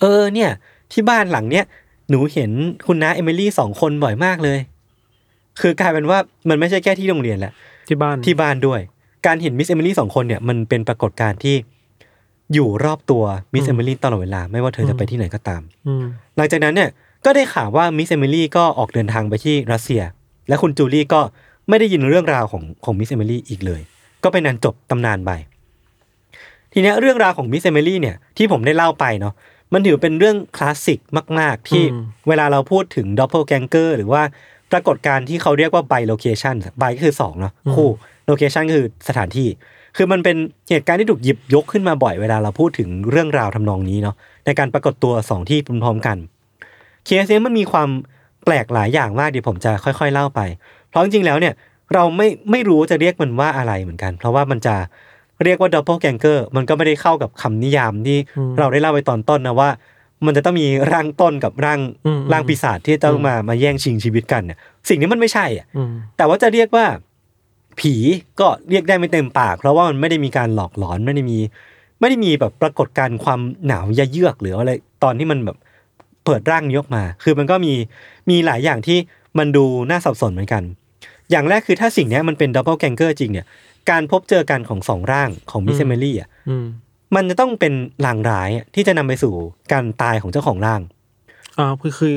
S2: เออเนี่ย ที่บ้านหลังเนี้ยหนูเห็นคุณน้าเอมิลี่สองคนบ่อยมากเลย คือกลายเป็นว่ามันไม่ใช่แค่ที่โรงเรียนแหละ
S3: ที่บ้าน
S2: ที่บ้านด้วย การเห็นมิสเอมิลี่สองคนเนี่ยมันเป็นปรากฏการณ์ที่อยู่รอบตัวมิสเอมิลี่ตลอดเวลา ไม่ว่าเธอจะไปที่ไหนก็ตาม
S3: อืม
S2: หลังจากนั้นเนี่ยก็ได้ข่าวว่ามิสเอมิลี่ก็ออกเดินทางไปที่รัสเซีย และคุณจูลี่ก็ไม่ได้ยินเรื่องราวของของมิสเอมิลี่อีกเลย ก็เป็นนันจบตำนานไป ทีเนี้ยเรื่องราวของมิสเอมิลี่เนี่ยที่ผมได้เล่าไปเนาะมันถือเป็นเรื่องคลาสสิกมาก ๆ ที่เวลาเราพูดถึงด o ปเ p ลแกงเกอร์หรือว่าปรากฏการณ์ที่เขาเรียกว่าไบโลเคชันไบก็คือสองเนาะคู่โลเคชันคือสถานที่ คือมันเป็นเหตุการณ์ที่ถูกหยิบยกขึ้นมาบ่อยเวลาเราพูดถึงเรื่องราวทำนองนี้เนาะในการปรากฏตัวสองที่พร้อมๆกัน เคสเนี้ยมันมีความแปลกหลายอย่างมากเดี๋ยวผมจะค่อยๆเล่าไป เพราะจริงๆแล้วเนี่ยเราไม่ไม่รู้จะเรียกมันว่าอะไรเหมือนกัน เพราะว่ามันจะเรียกว่าดับเบิลแกงเกอร์มันก็ไม่ได้เข้ากับคำนิยามที่เราได้เล่าไปตอนต้นนะว่า มันจะต้องมีร่างต้นกับร่างร่างปีศาจที่ต้องมามาแย่งชิงชีวิตกันเนี่ยสิ่งนี้มันไม่ใช่อ่ะ
S3: อืม
S2: แต่ว่าจะเรียกว่าผีก็เรียกได้ไม่เต็มปาก เพราะว่ามันไม่ได้มีการหลอกหลอนไม่ได้มี ไม่ได้มีแบบปรากฏการณ์ความหนาวยะเยือกหรืออะไรตอนที่มันแบบเปิดร่างนี้ออกมา คือมันก็มีมีหลายอย่างที่มันดูน่าสับสนเหมือนกัน อย่างแรกคือถ้าสิ่งเนี้ยมันเป็นดับเบิลแกงเกอร์จริงเนี่ยการพบเจอกันของสองร่างของมิสเซมิลี่อ่ะ
S3: อืม
S2: มันจะต้องเป็นลางร้ายอะที่จะนำไปสู่การตายของเจ้าของร่าง
S3: อ่าคือคือ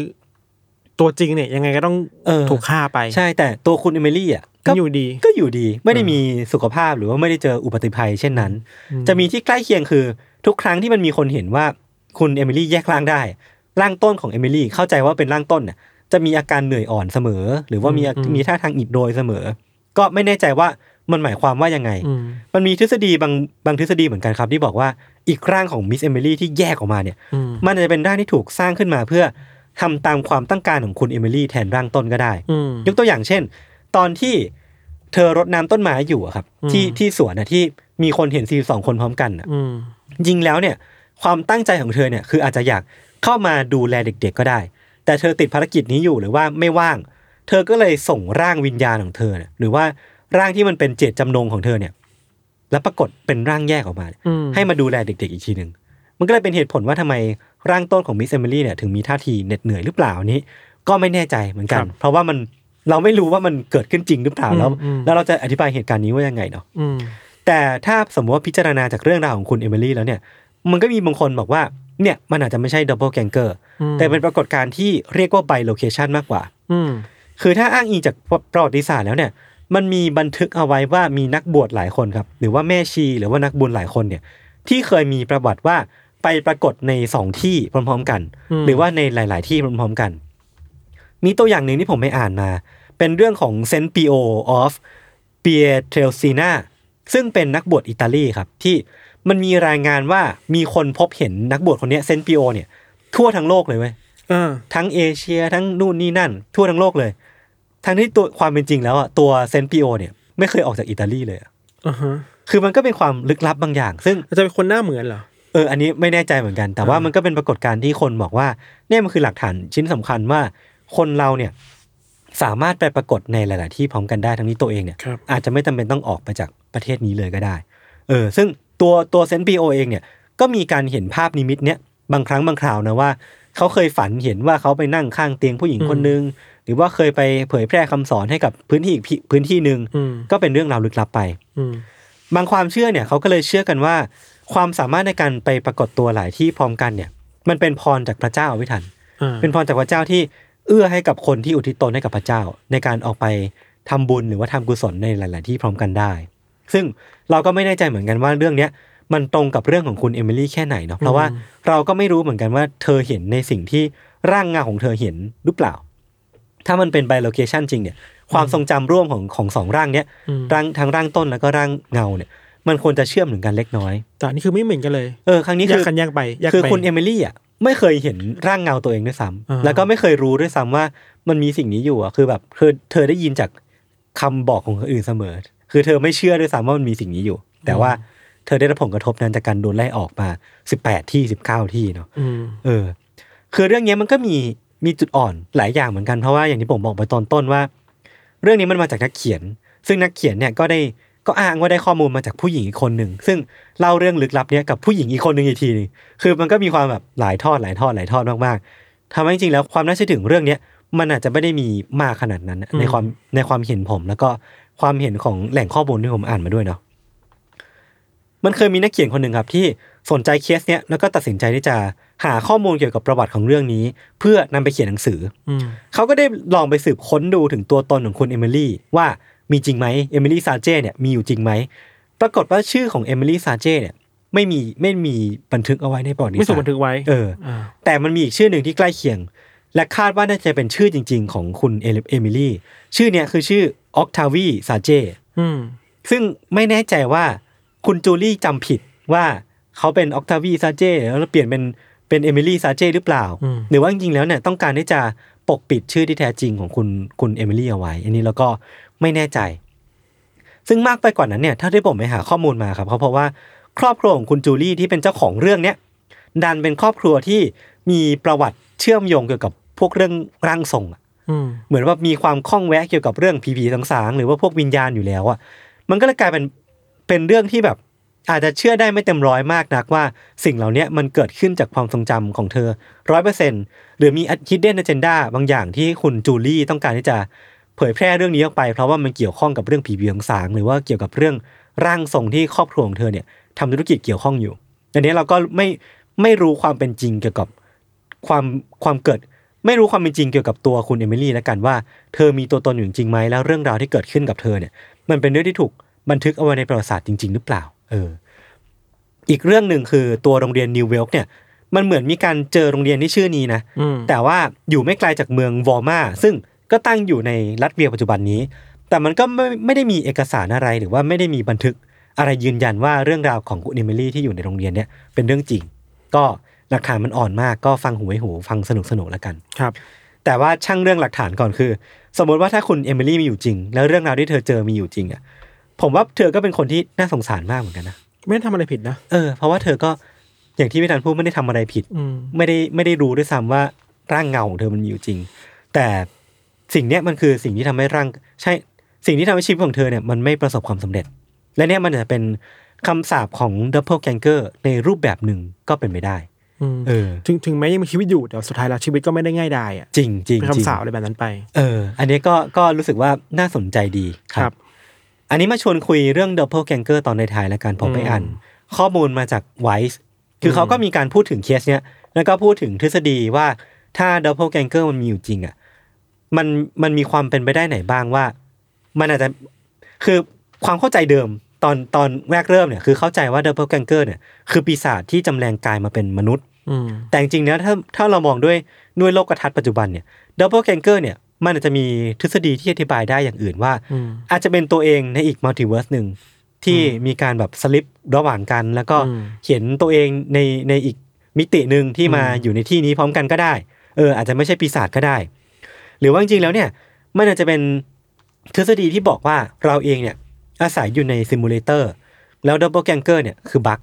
S3: ตัวจริงเนี่ยยังไงก็ต้อง
S2: เออ
S3: ถูกฆ่าไป
S2: ใช่แต่ตัวคุณเอมิลี่อ่ะ
S3: ก็
S2: ก็
S3: อยู่ดี
S2: ก็อยู่ดีไม่ได้มีสุขภาพหรือว่าไม่ได้เจออุบัติภัยเช่นนั้น จะมีที่ใกล้เคียงคือ ทุกครั้งที่มันมีคนเห็นว่าคุณเอมิลี่แยกร่างได้ ร่างต้นของเอมิลี่เข้าใจว่าเป็นร่างต้นน่ะจะมีอาการเหนื่อยอ่อนเสมอ หรือว่ามี
S3: อืม
S2: มีท่าทางอิดโรยเสมอ ก็ไม่แน่ใจว่ามันหมายความว่ายังไง
S3: อืม
S2: มันมีทฤษฎีบางบางทฤษฎีเหมือนกันครับที่บอกว่าอีกร่างของมิสเอมิลี่ที่แยกออกมาเนี่ย
S3: อืม
S2: มันอาจจะเป็นร่างที่ถูกสร้างขึ้นมาเพื่อทำตามความต้องการของคุณเอมิลี่แทนร่างต้นก็ได้
S3: อืม
S2: ยกตัวอย่างเช่น ตอนที่เธอรดน้ำต้นไม้อยู่อะครับ
S3: อืม
S2: ที่ที่สวนนะที่มีคนเห็นซีสองคนพร้อมกันอะ
S3: อืม
S2: จริงแล้วเนี่ยความตั้งใจของเธอเนี่ยคืออาจจะอยากเข้ามาดูแลเด็ก ๆ ก็ได้ แต่เธอติดภารกิจนี้อยู่หรือว่าไม่ว่าง เธอก็เลยส่งร่างวิญญาณของเธอเนี่ยหรือว่าร่างที่มันเป็นเจตจำนงของเธอเนี่ย แล้วปรากฏเป็นร่างแยกออกมาเนี่ย
S3: อืม
S2: ให้มาดูแลเด็ก ๆ อีกทีหนึ่ง มันก็เลยเป็นเหตุผลว่าทำไมร่างต้นของมิสเอมิลี่เนี่ยถึงมีท่าทีเหน็ดเหนื่อยหรือเปล่านี้ ก็ไม่แน่ใจเหมือนกัน เพราะว่ามันเราไม่รู้ว่ามันเกิดขึ้นจริงหรือเปล่าแล้ว แล้วเราจะอธิบายเหตุการณ์นี้ว่ายังไงเนาะ
S3: อืม
S2: แต่ถ้าสมมติว่าพิจารณาจากเรื่องราวของคุณเอมิลี่แล้วเนี่ย มันก็มีบางคนบอกว่าเนี่ยมันอาจจะไม่ใช่ดับเบิลแกงเกอร์ แต่เป็นปรากฏการณ์ที่เรียกว่าไบโลเคชันมากกว่า
S3: อืม
S2: คือถ้าอ้างอิงจากประวัติศาสตร์แล้วเนี่ย มันมีบันทึกเอาไว้ว่ามีนักบวชหลายคนครับ หรือว่าแม่ชีหรือว่านักบุญหลายคนเนี่ย ที่เคยมีประวัติว่าไปปรากฏในสองที่พร้อมๆกัน หรือว่าในหลาย ๆ ที่พร้อมๆกัน มีตัวอย่างหนึ่งที่ผมไปอ่านมา เป็นเรื่องของเซนต์ปีโอออฟเปียเทลซีนาซึ่งเป็นนักบวชอิตาลีครับ ที่มันมีรายงานว่ามีคนพบเห็นนักบวชคนเนี้เซนต์ปีโอเนี่ยทั่วทั้งโลกเลยเว้ย
S3: อ่า
S2: ทั้งเอเชียทั้งนู่นนี่นั่น ทั่วทั้งโลกเลย ทั้งที่ตัวความเป็นจริงแล้วอ่ะตัวเซนต์ปิโอเนี่ยไม่เคยออกจากอิตาลีเลยอะ
S3: อ่าฮะ
S2: คือมันก็เป็นความลึกลับบางอย่าง ซึ่ง
S3: อาจจะเป็นคนหน้าเหมือนเหรอ
S2: เอออันนี้ไม่แน่ใจเหมือนกัน แต่ว่ามันก็เป็นปรากฏการณ์ที่คนบอกว่าเนี่ยมันคือหลักฐานชิ้นสำคัญว่า คนเราเนี่ยสามารถไปปรากฏในหลาย ๆ ที่พร้อมกันได้ทั้งนี้ตัวเองเนี่ย
S3: ครับ
S2: อาจจะไม่จำเป็นต้องออกไปจากประเทศนี้เลยก็ได้ เออซึ่งตัวตัวเซนต์ปีโอเองเนี่ยก็มีการเห็นภาพนิมิตเนี้ยบางครั้งบางคราวนะว่า เขาเคยฝันเห็นว่าเขาไปนั่งข้างเตียงผู้หญิงคนนึง หรือว่าเคยไปเผยแพร่คำสอนให้กับพื้นที่อีกพิพื้นที่หนึ่ง
S3: อืม
S2: ก็เป็นเรื่องราวลึกลับไป
S3: อืม
S2: บางความเชื่อเนี่ยเขาก็เลยเชื่อกันว่า ความสามารถในการไปปรากฏตัวหลายที่พร้อมกันเนี่ย มันเป็นพรจากพระเจ้าเอาไว้ทัน
S3: อ่า
S2: เป็นพรจากพระเจ้าที่เอื้อให้กับคนที่อุทิศตนให้กับพระเจ้า ในการออกไปทำบุญหรือว่าทำกุศลในหลาย ๆ ที่พร้อมกันได้ ซึ่งเราก็ไม่แน่ใจเหมือนกันว่าเรื่องเนี้ยมันตรงกับเรื่องของคุณเอมิลี่แค่ไหนเนาะเพราะว่าเราก็ไม่รู้เหมือนกันว่าเธอเห็นในสิ่งที่ร่างเงาของเธอเห็นหรือเปล่า ถ้ามันเป็นไบโลเคชันจริงเนี่ยความทรงจำร่วมของของสองร่างเนี้ยร่างทั้งร่างต้นแล้วก็ร่างเงาเนี่ยมันควรจะเชื่อมถึงกันเล็กน้อย
S3: แต่อันนี่คือไม่เหมือนกันเลย
S2: เออครั้งนี้
S3: แย
S2: คื
S3: ก
S2: อ
S3: กันแยกไปแยก
S2: คือ
S3: ไป
S2: คุณเอมิลี่อ่ะ ไม่เคยเห็นร่างเงาตัวเองด้วยซ้
S3: อ่า
S2: ำแล้วก็ไม่เคยรู้ด้วยซ้ำว่ามันมีสิ่งนี้อยู่อ่ะคือแบบเธอเธอได้ยินจากคำบอกของคนอื่นเสมอ คือเธอไม่เชื่อด้วยซ้ำว่ามันมีสิ่งนี้อยู่ แต่ว่าเธอได้รับผลกระทบนั้นจากการโดนไล่ออกมาสิบแปดที่สิบเก้าที่เนาะ
S3: อืม
S2: เออคือเรื่องเนี้ยมันก็มีมีจุดอ่อนหลายอย่างเหมือนกันเพราะว่าอย่างที่ผมบอกไปตอนต้นว่า เรื่องนี้มันมาจากนักเขียน ซึ่งนักเขียนเนี่ยก็ได้ก็อ้างว่าได้ข้อมูลมาจากผู้หญิงอีกคนหนึ่งซึ่งเล่าเรื่องลึกลับเนี้ยกับผู้หญิงอีกคนหนึ่งอีกทีหนึงคือมันก็มีความแบบหลายทอดหลายทอดหลายทอดมากๆทำให้จริงๆแล้วความน่าเชื่อถือของเรื่องเนี้ยมันอาจจะไม่ได้มีมากขนาดนั้นนะ
S3: อืม
S2: ในความในความเห็นผม แล้วก็ความเห็นของแหล่งข้อมูลที่ผมอ่านมาด้วยเนาะ มันเคยมีนักเขียนคนหนึ่งครับที่สนใจเคสเนี้ยแล้วก็ตัดสินใจที่จะหาข้อมูลเกี่ยวกับประวัติของเรื่องนี้ เพื่อนำไปเขียนหนังสือ
S3: อืม
S2: เขาก็ได้ลองไปสืบค้นดูถึงตัวตนของคุณเอมิลี่ว่ามีจริงไหมเอมิลี่ซาเจเนี่ยมีอยู่จริงไหมปรากฏว่าชื่อของเอมิลี่ซาเจเนี่ยไม่มีไม่มีบันทึกเอาไว้ในประวัติศาสตร์
S3: ไม่ถูกบันทึกไว้
S2: เออ
S3: อ่า
S2: แต่มันมีอีกชื่อหนึ่งที่ใกล้เคียง และคาดว่าน่าจะเป็นชื่อจริง ๆ ของคุณเอมิลี่ชื่อเนี่ยคือชื่อออกทาวีซาเจ
S3: อืม
S2: ซึ่งไม่แน่ใจว่าคุณจูลี่จำผิดว่าเขาเป็นออกทาวีซาเจแล้วเปลี่ยนเป็นเป็นเอมิลี่ซาเจหรือเปล่า
S3: อืม
S2: หรือว่าจริงๆแล้วเนี่ยต้องการที่จะปกปิดชื่อที่แท้จริงของคุณคุณเอมิลี่เอาไว้ อันนี้แล้วก็ไม่แน่ใจ ซึ่งมากไปกว่านั้นเนี่ยถ้าที่ผมไปหาข้อมูลมาครับเขาเพราะว่าครอบครัวของคุณจูลี่ที่เป็นเจ้าของเรื่องเนี้ยดันเป็นครอบครัวที่มีประวัติเชื่อมโยงเกี่ยวกับพวกเรื่องร่างทรงอะ
S3: อืม
S2: เหมือนว่ามีความคล่องแวะเกี่ยวกับเรื่องผีๆสางๆ หรือว่าพวกวิญญาณอยู่แล้วอะมันก็เลยกลายเป็นเป็นเรื่องที่แบบ อาจจะเชื่อได้ไม่เต็มร้อยมากนักว่าสิ่งเหล่าเนี้ยมันเกิดขึ้นจากความทรงจำของเธอร้อยเปอร์เซ็นหรือมีคิดเด่นเจนดาบางอย่างที่คุณจูลี่ต้องการที่จะเผยแพร่เรื่องนี้ออกไป เพราะว่ามันเกี่ยวข้องกับเรื่องผีผีสางๆหรือว่าเกี่ยวกับเรื่องร่างทรงที่ครอบครัวของเธอเนี่ยทำธุรกิจเกี่ยวข้องอยู่อันนี้เราก็ไม่ไม่รู้ความเป็นจริงเกี่ยวกับ ความความเกิดไม่รู้ความเป็นจริงเกี่ยวกับตัวคุณเอมิลี่แล้วกันว่าเธอมีตัวตนอยู่จริงไหมแล้วเรื่องราวที่เกิดขึ้นกับเธอเนี่ย มันเป็นเรื่องที่ถูกบันทึกเอาไว้ในประวัติศาสตร์จริง ๆ หรือเปล่า เออ อีกเรื่องหนึ่งคือตัวโรงเรียนนิวเวลค์เนี่ย มันเหมือนมีการเจอโรงเรียนที่ชื่อนี้นะ
S3: อืม
S2: แต่ว่าอยู่ไม่ไกลจากเมืองวอร์มา ซึ่งก็ตั้งอยู่ในรัสเวียปัจจุบันนี้ แต่มันก็ไม่ไม่ได้มีเอกสารอะไรหรือว่าไม่ได้มีบันทึกอะไรยืนยันว่าเรื่องราวของคุณเอมิลี่ที่อยู่ในโรงเรียนเนี่ยเป็นเรื่องจริง ก็หลักฐานมันอ่อนมากก็ฟังหูไว้หู ฟังสนุกสนุกแล้วกัน
S3: ครับ
S2: แต่ว่าช่างเรื่องหลักฐานก่อนคือ สมมติว่าถ้าคุณเอมิลี่มีอยู่จริง แล้วเรื่องราวที่เธอเจอมีอยู่จริงอ่ะผมว่าเธอก็เป็นคนที่น่าสงสารมากเหมือนกันนะ
S3: ไม่ได้ทำอะไรผิดนะ
S2: เออเพราะว่าเธอก็อย่างที่พี่ธันพูดไม่ได้ทำอะไรผิด
S3: อืม
S2: ไม่ได้ไม่ได้รู้ด้วยซ้ำว่าร่างเงาของเธอมันมีอยู่จริง แต่สิ่งเนี้ยมันคือสิ่งที่ทำให้ร่างใช่สิ่งที่ทำให้ชีวิตของเธอเนี่ยมันไม่ประสบความสำเร็จ และเนี่ยมันอาจจะเป็นคำสาปของดับเบิลแกงเกอร์ในรูปแบบหนึ่งก็เป็นไปได้
S3: อืม
S2: เออ
S3: ถึงถึงแม้ยังมีชีวิตอยู่แต่สุดท้ายแล้วชีวิตก็ไม่ได้ง่ายดายอ่ะ
S2: จริงจริง
S3: เป็น
S2: จริง
S3: คำสาปอะไรแบบนั้นไป
S2: เออ อันเนี้ยก็ก็รู้สึกว่าน่าสนใจดีค
S3: ครั
S2: รับ
S3: บ
S2: อันนี้มาชวนคุยเรื่องดับเบิลแกงเกอร์ตอนในท้ายแล้วกันผมไป
S3: อืม
S2: อ่านข้อมูลมาจากไวส์คือเขาก็มีการพูดถึงเคสเนี้ยแล้วก็พูดถึงทฤษฎีว่าถ้าดับเบิลแกงเกอร์มันมีอยู่จริงอ่ะมันมันมีความเป็นไปได้ไหนบ้างว่า มันอาจจะคือความเข้าใจเดิมตอนตอนแรกเริ่มเนี่ยคือเข้าใจว่าดับเบิลแกงเกอร์เนี่ยคือปีศาจที่จำแรงกายมาเป็นมนุษย์
S3: อืม
S2: แต่จริงๆแล้วถ้าถ้าเรามองด้วยด้วยโลกทัศน์ปัจจุบันเนี่ยดับเบิลแกงเกอร์เนี่ยมันอาจจะมีทฤษฎีที่อธิบายได้อย่างอื่นว่า
S3: อืม
S2: อาจจะเป็นตัวเองในอีกมัลติเวิร์สหนึ่งที่มีการแบบสลิประหว่างกัน แล้วก็
S3: อืม
S2: เห็นตัวเองในในอีกมิติหนึ่งที่มาอยู่ในที่นี้พร้อมกันก็ได้เอออาจจะไม่ใช่ปีศาจก็ได้ หรือว่าจริงๆแล้วเนี่ยมันอาจจะเป็นทฤษฎีที่บอกว่าเราเองเนี่ยอาศัยอยู่ในซิมูเลเตอร์แล้วดับเบิลแกงเกอร์เนี่ยคือบั๊ก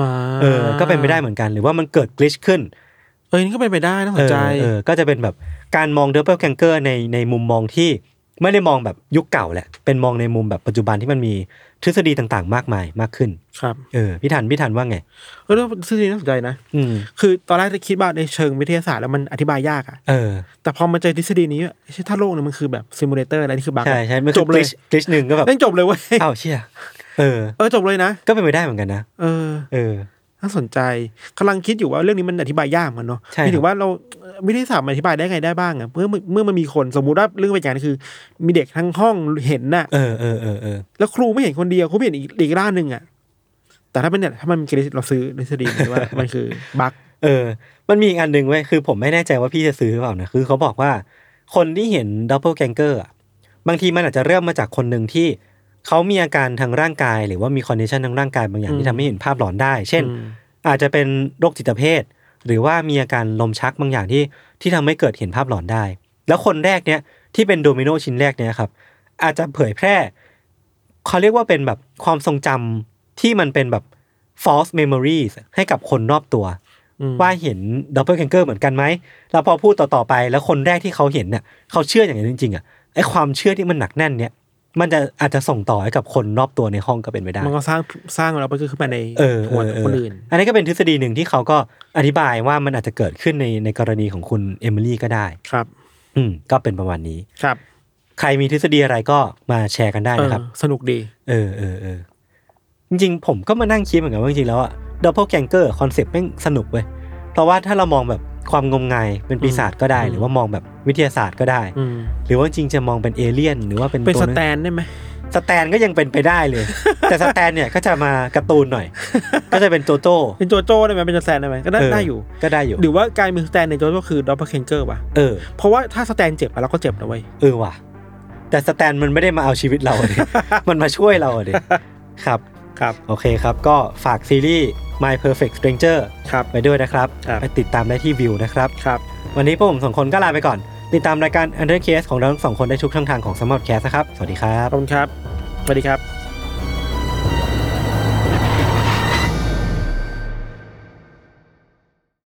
S3: อ่า
S2: เออก็เป็นไปได้เหมือนกัน หรือว่ามันเกิดกลิชขึ้น
S3: เออนี่ก็เป็นไปได้น่าสนใจ
S2: เออเออก็จะเป็นแบบการมองเด u บ b l e ลแ n งเกอร์ในในมุมมองที่ไม่ได้มองแบบยุคเก่าแหละ เป็นมองในมุมแบบปัจจุบันที่มันมีทฤษฎีต่างๆ มากมายมากขึ้น
S3: ครับ
S2: เออพี่ทันพี่ทันว่าไง
S3: เออแล้วทฤษฎีน่าสนใจนะ
S2: อืม
S3: คือตอนแรกจะคิดว่าในเชิงวิทยาศาสตร์แล้วมันอธิบายยากอ่ะ
S2: เออ
S3: แต่พอมาเจอทฤษฎีนี้อะใช่ถ้าโลกเนี่ยมันคือแบบซิมูเลเตอร์อะไรนี่คือบัก
S2: ใช่ใช่มัน
S3: จ
S2: คือบ
S3: เลย
S2: กลิชหนึ่งก็แบบ
S3: เล่นจบเลยเว้ย
S2: อ้าวเชี่ยเออ
S3: เออจบเลยนะ
S2: ก็เป็นไปได้เหมือนกันนะ
S3: เออ
S2: เออ
S3: น่าสนใจกำลังคิดอยู่ว่าเรื่องนี้มันอธิบายยากเหมือนกันเนาะ
S2: ใช่
S3: หมายถึงว่าเราวิทยาศาสตร์มันอธิบายได้ไงได้บ้างอะเมื่อเมื่อมันมีคนสมมุติว่าเรื่องเป็นอย่างนั้นคือ มีเด็กทั้งห้องเห็น
S2: (laughs)
S3: น่ะ
S2: เออเออเออเออ
S3: แล้วครูไม่เห็นคนเดียวครูไม่เห็นอีกอีกร่างหนึ่งอะแต่ถ้าเป็นเนี่ยถ้ามันมีกริชเราซื้อทฤษฎีนี้ว่า
S2: (laughs)
S3: มันคือบั๊ก
S2: เออ มันมีอีกอันหนึ่งเว้ยคือผมไม่แน่ใจว่าพี่จะซื้อหรือเปล่านะคือเขาบอกว่าคนที่เห็นดับเบิลแกงเกอร์บางทีมันอาจจะเริ่มมาจากคนหนึ่งที่เขามีอาการทางร่างกาย หรือว่ามีคอนดิชันทางร่างกายบางอย่างที่ทำให้เห็นภาพหลอนได้ เช่น อาจจะเป็นโรคจิตเภท หรือว่ามีอาการลมชักบางอย่างที่ที่ทำให้เกิดเห็นภาพหลอนได้ แล้วคนแรกเนี่ยที่เป็นโดมิโนชิ้นแรกเนี่ยครับ อาจจะเผยแพร่เขาเรียกว่าเป็นแบบความทรงจำที่มันเป็นแบบ false memories ให้กับคนรอบตัว
S3: อืม
S2: ว่าเห็นดับเบิลแคนเกอร์เหมือนกันไหมแล้วพอพูดต่อ ๆ ไป แล้วคนแรกที่เขาเห็นเนี่ยเขาเชื่ออย่างนั้นจริง ๆ อ่ะไอความเชื่อที่มันหนักแน่นเนี่ย มันจะอาจจะส่งต่อให้กับคนรอบตัวในห้องก็เป็นไปได้
S3: มันก็สร้างสร้างเราไปคือขึ้นมาใน
S2: เออ
S3: หัว
S2: เออ
S3: คน
S2: เออ
S3: อื่น
S2: อันนี้ก็เป็นทฤษฎีหนึ่งที่เขาก็อธิบายว่ามันอาจจะเกิดขึ้นในในกรณีของคุณเอมิลี่ก็ได้
S3: ครับ
S2: อืม ก็เป็นประมาณนี้
S3: ครับ
S2: ใครมีทฤษฎีอะไรก็มาแชร์กันได้นะครับ
S3: เออสนุกดี
S2: เออเออเออจริงๆ ผมก็มานั่งคิดเหมือนกันว่าจริงๆแล้วอะดับเบิลแกงเกอร์คอนเซปต์แม่งสนุกเว้ยเพราะว่าถ้าเรามองแบบความงมงายเป็นปีศาจก็ได้
S3: อืม
S2: หรือว่ามองแบบวิทยาศาสตร์ก็ได้
S3: อืม
S2: หรือว่าจริงๆจะมองเป็นเอเลี่ยน หรือว่าเป็น
S3: เป็น
S2: ตัว
S3: ส
S2: นั้น
S3: แตนได้ไหม
S2: สแตนก็ยังเป็นไปได้เลย แต่สแตนเนี่ยก็จะมาการ์ตูนหน่อย ก็จะเป็นโจโจ้
S3: เป็นโจโจ้ได้ไหมเป็นสแตนได้ไหมก็ได้
S2: เ
S3: ได้อยู่
S2: ก็ได้อยู่
S3: หรือว่ากลายมือสแตนในโจโจ้คือดอปเปอร์เคนเกอร์ป่ะ
S2: เออ
S3: เพราะว่าถ้าสแตนเจ็บอะเราก็เจ็บนะเว้ย
S2: เออว่ะ แต่สแตนมันไม่ได้มาเอาชีวิต (laughs) เราเลย มันมาช่วยเราเลยครับ
S3: ครับ
S2: โอเคครับ ก็ฝากซีรีส์ My Perfect Stranger
S3: ครับ
S2: ไปด้วยนะครับ
S3: ครับ
S2: ไปติดตามได้ที่วิวนะครับ
S3: ครับ
S2: วันนี้พวกผมสองคนก็ลาไปก่อน ติดตามรายการ Under Case ของเราทั้งสองคนได้ทุกช่องทางของ s m a r t Cast นะครับ สวัสดีครับ
S3: ขอบคุณครับ สวัสดีครับ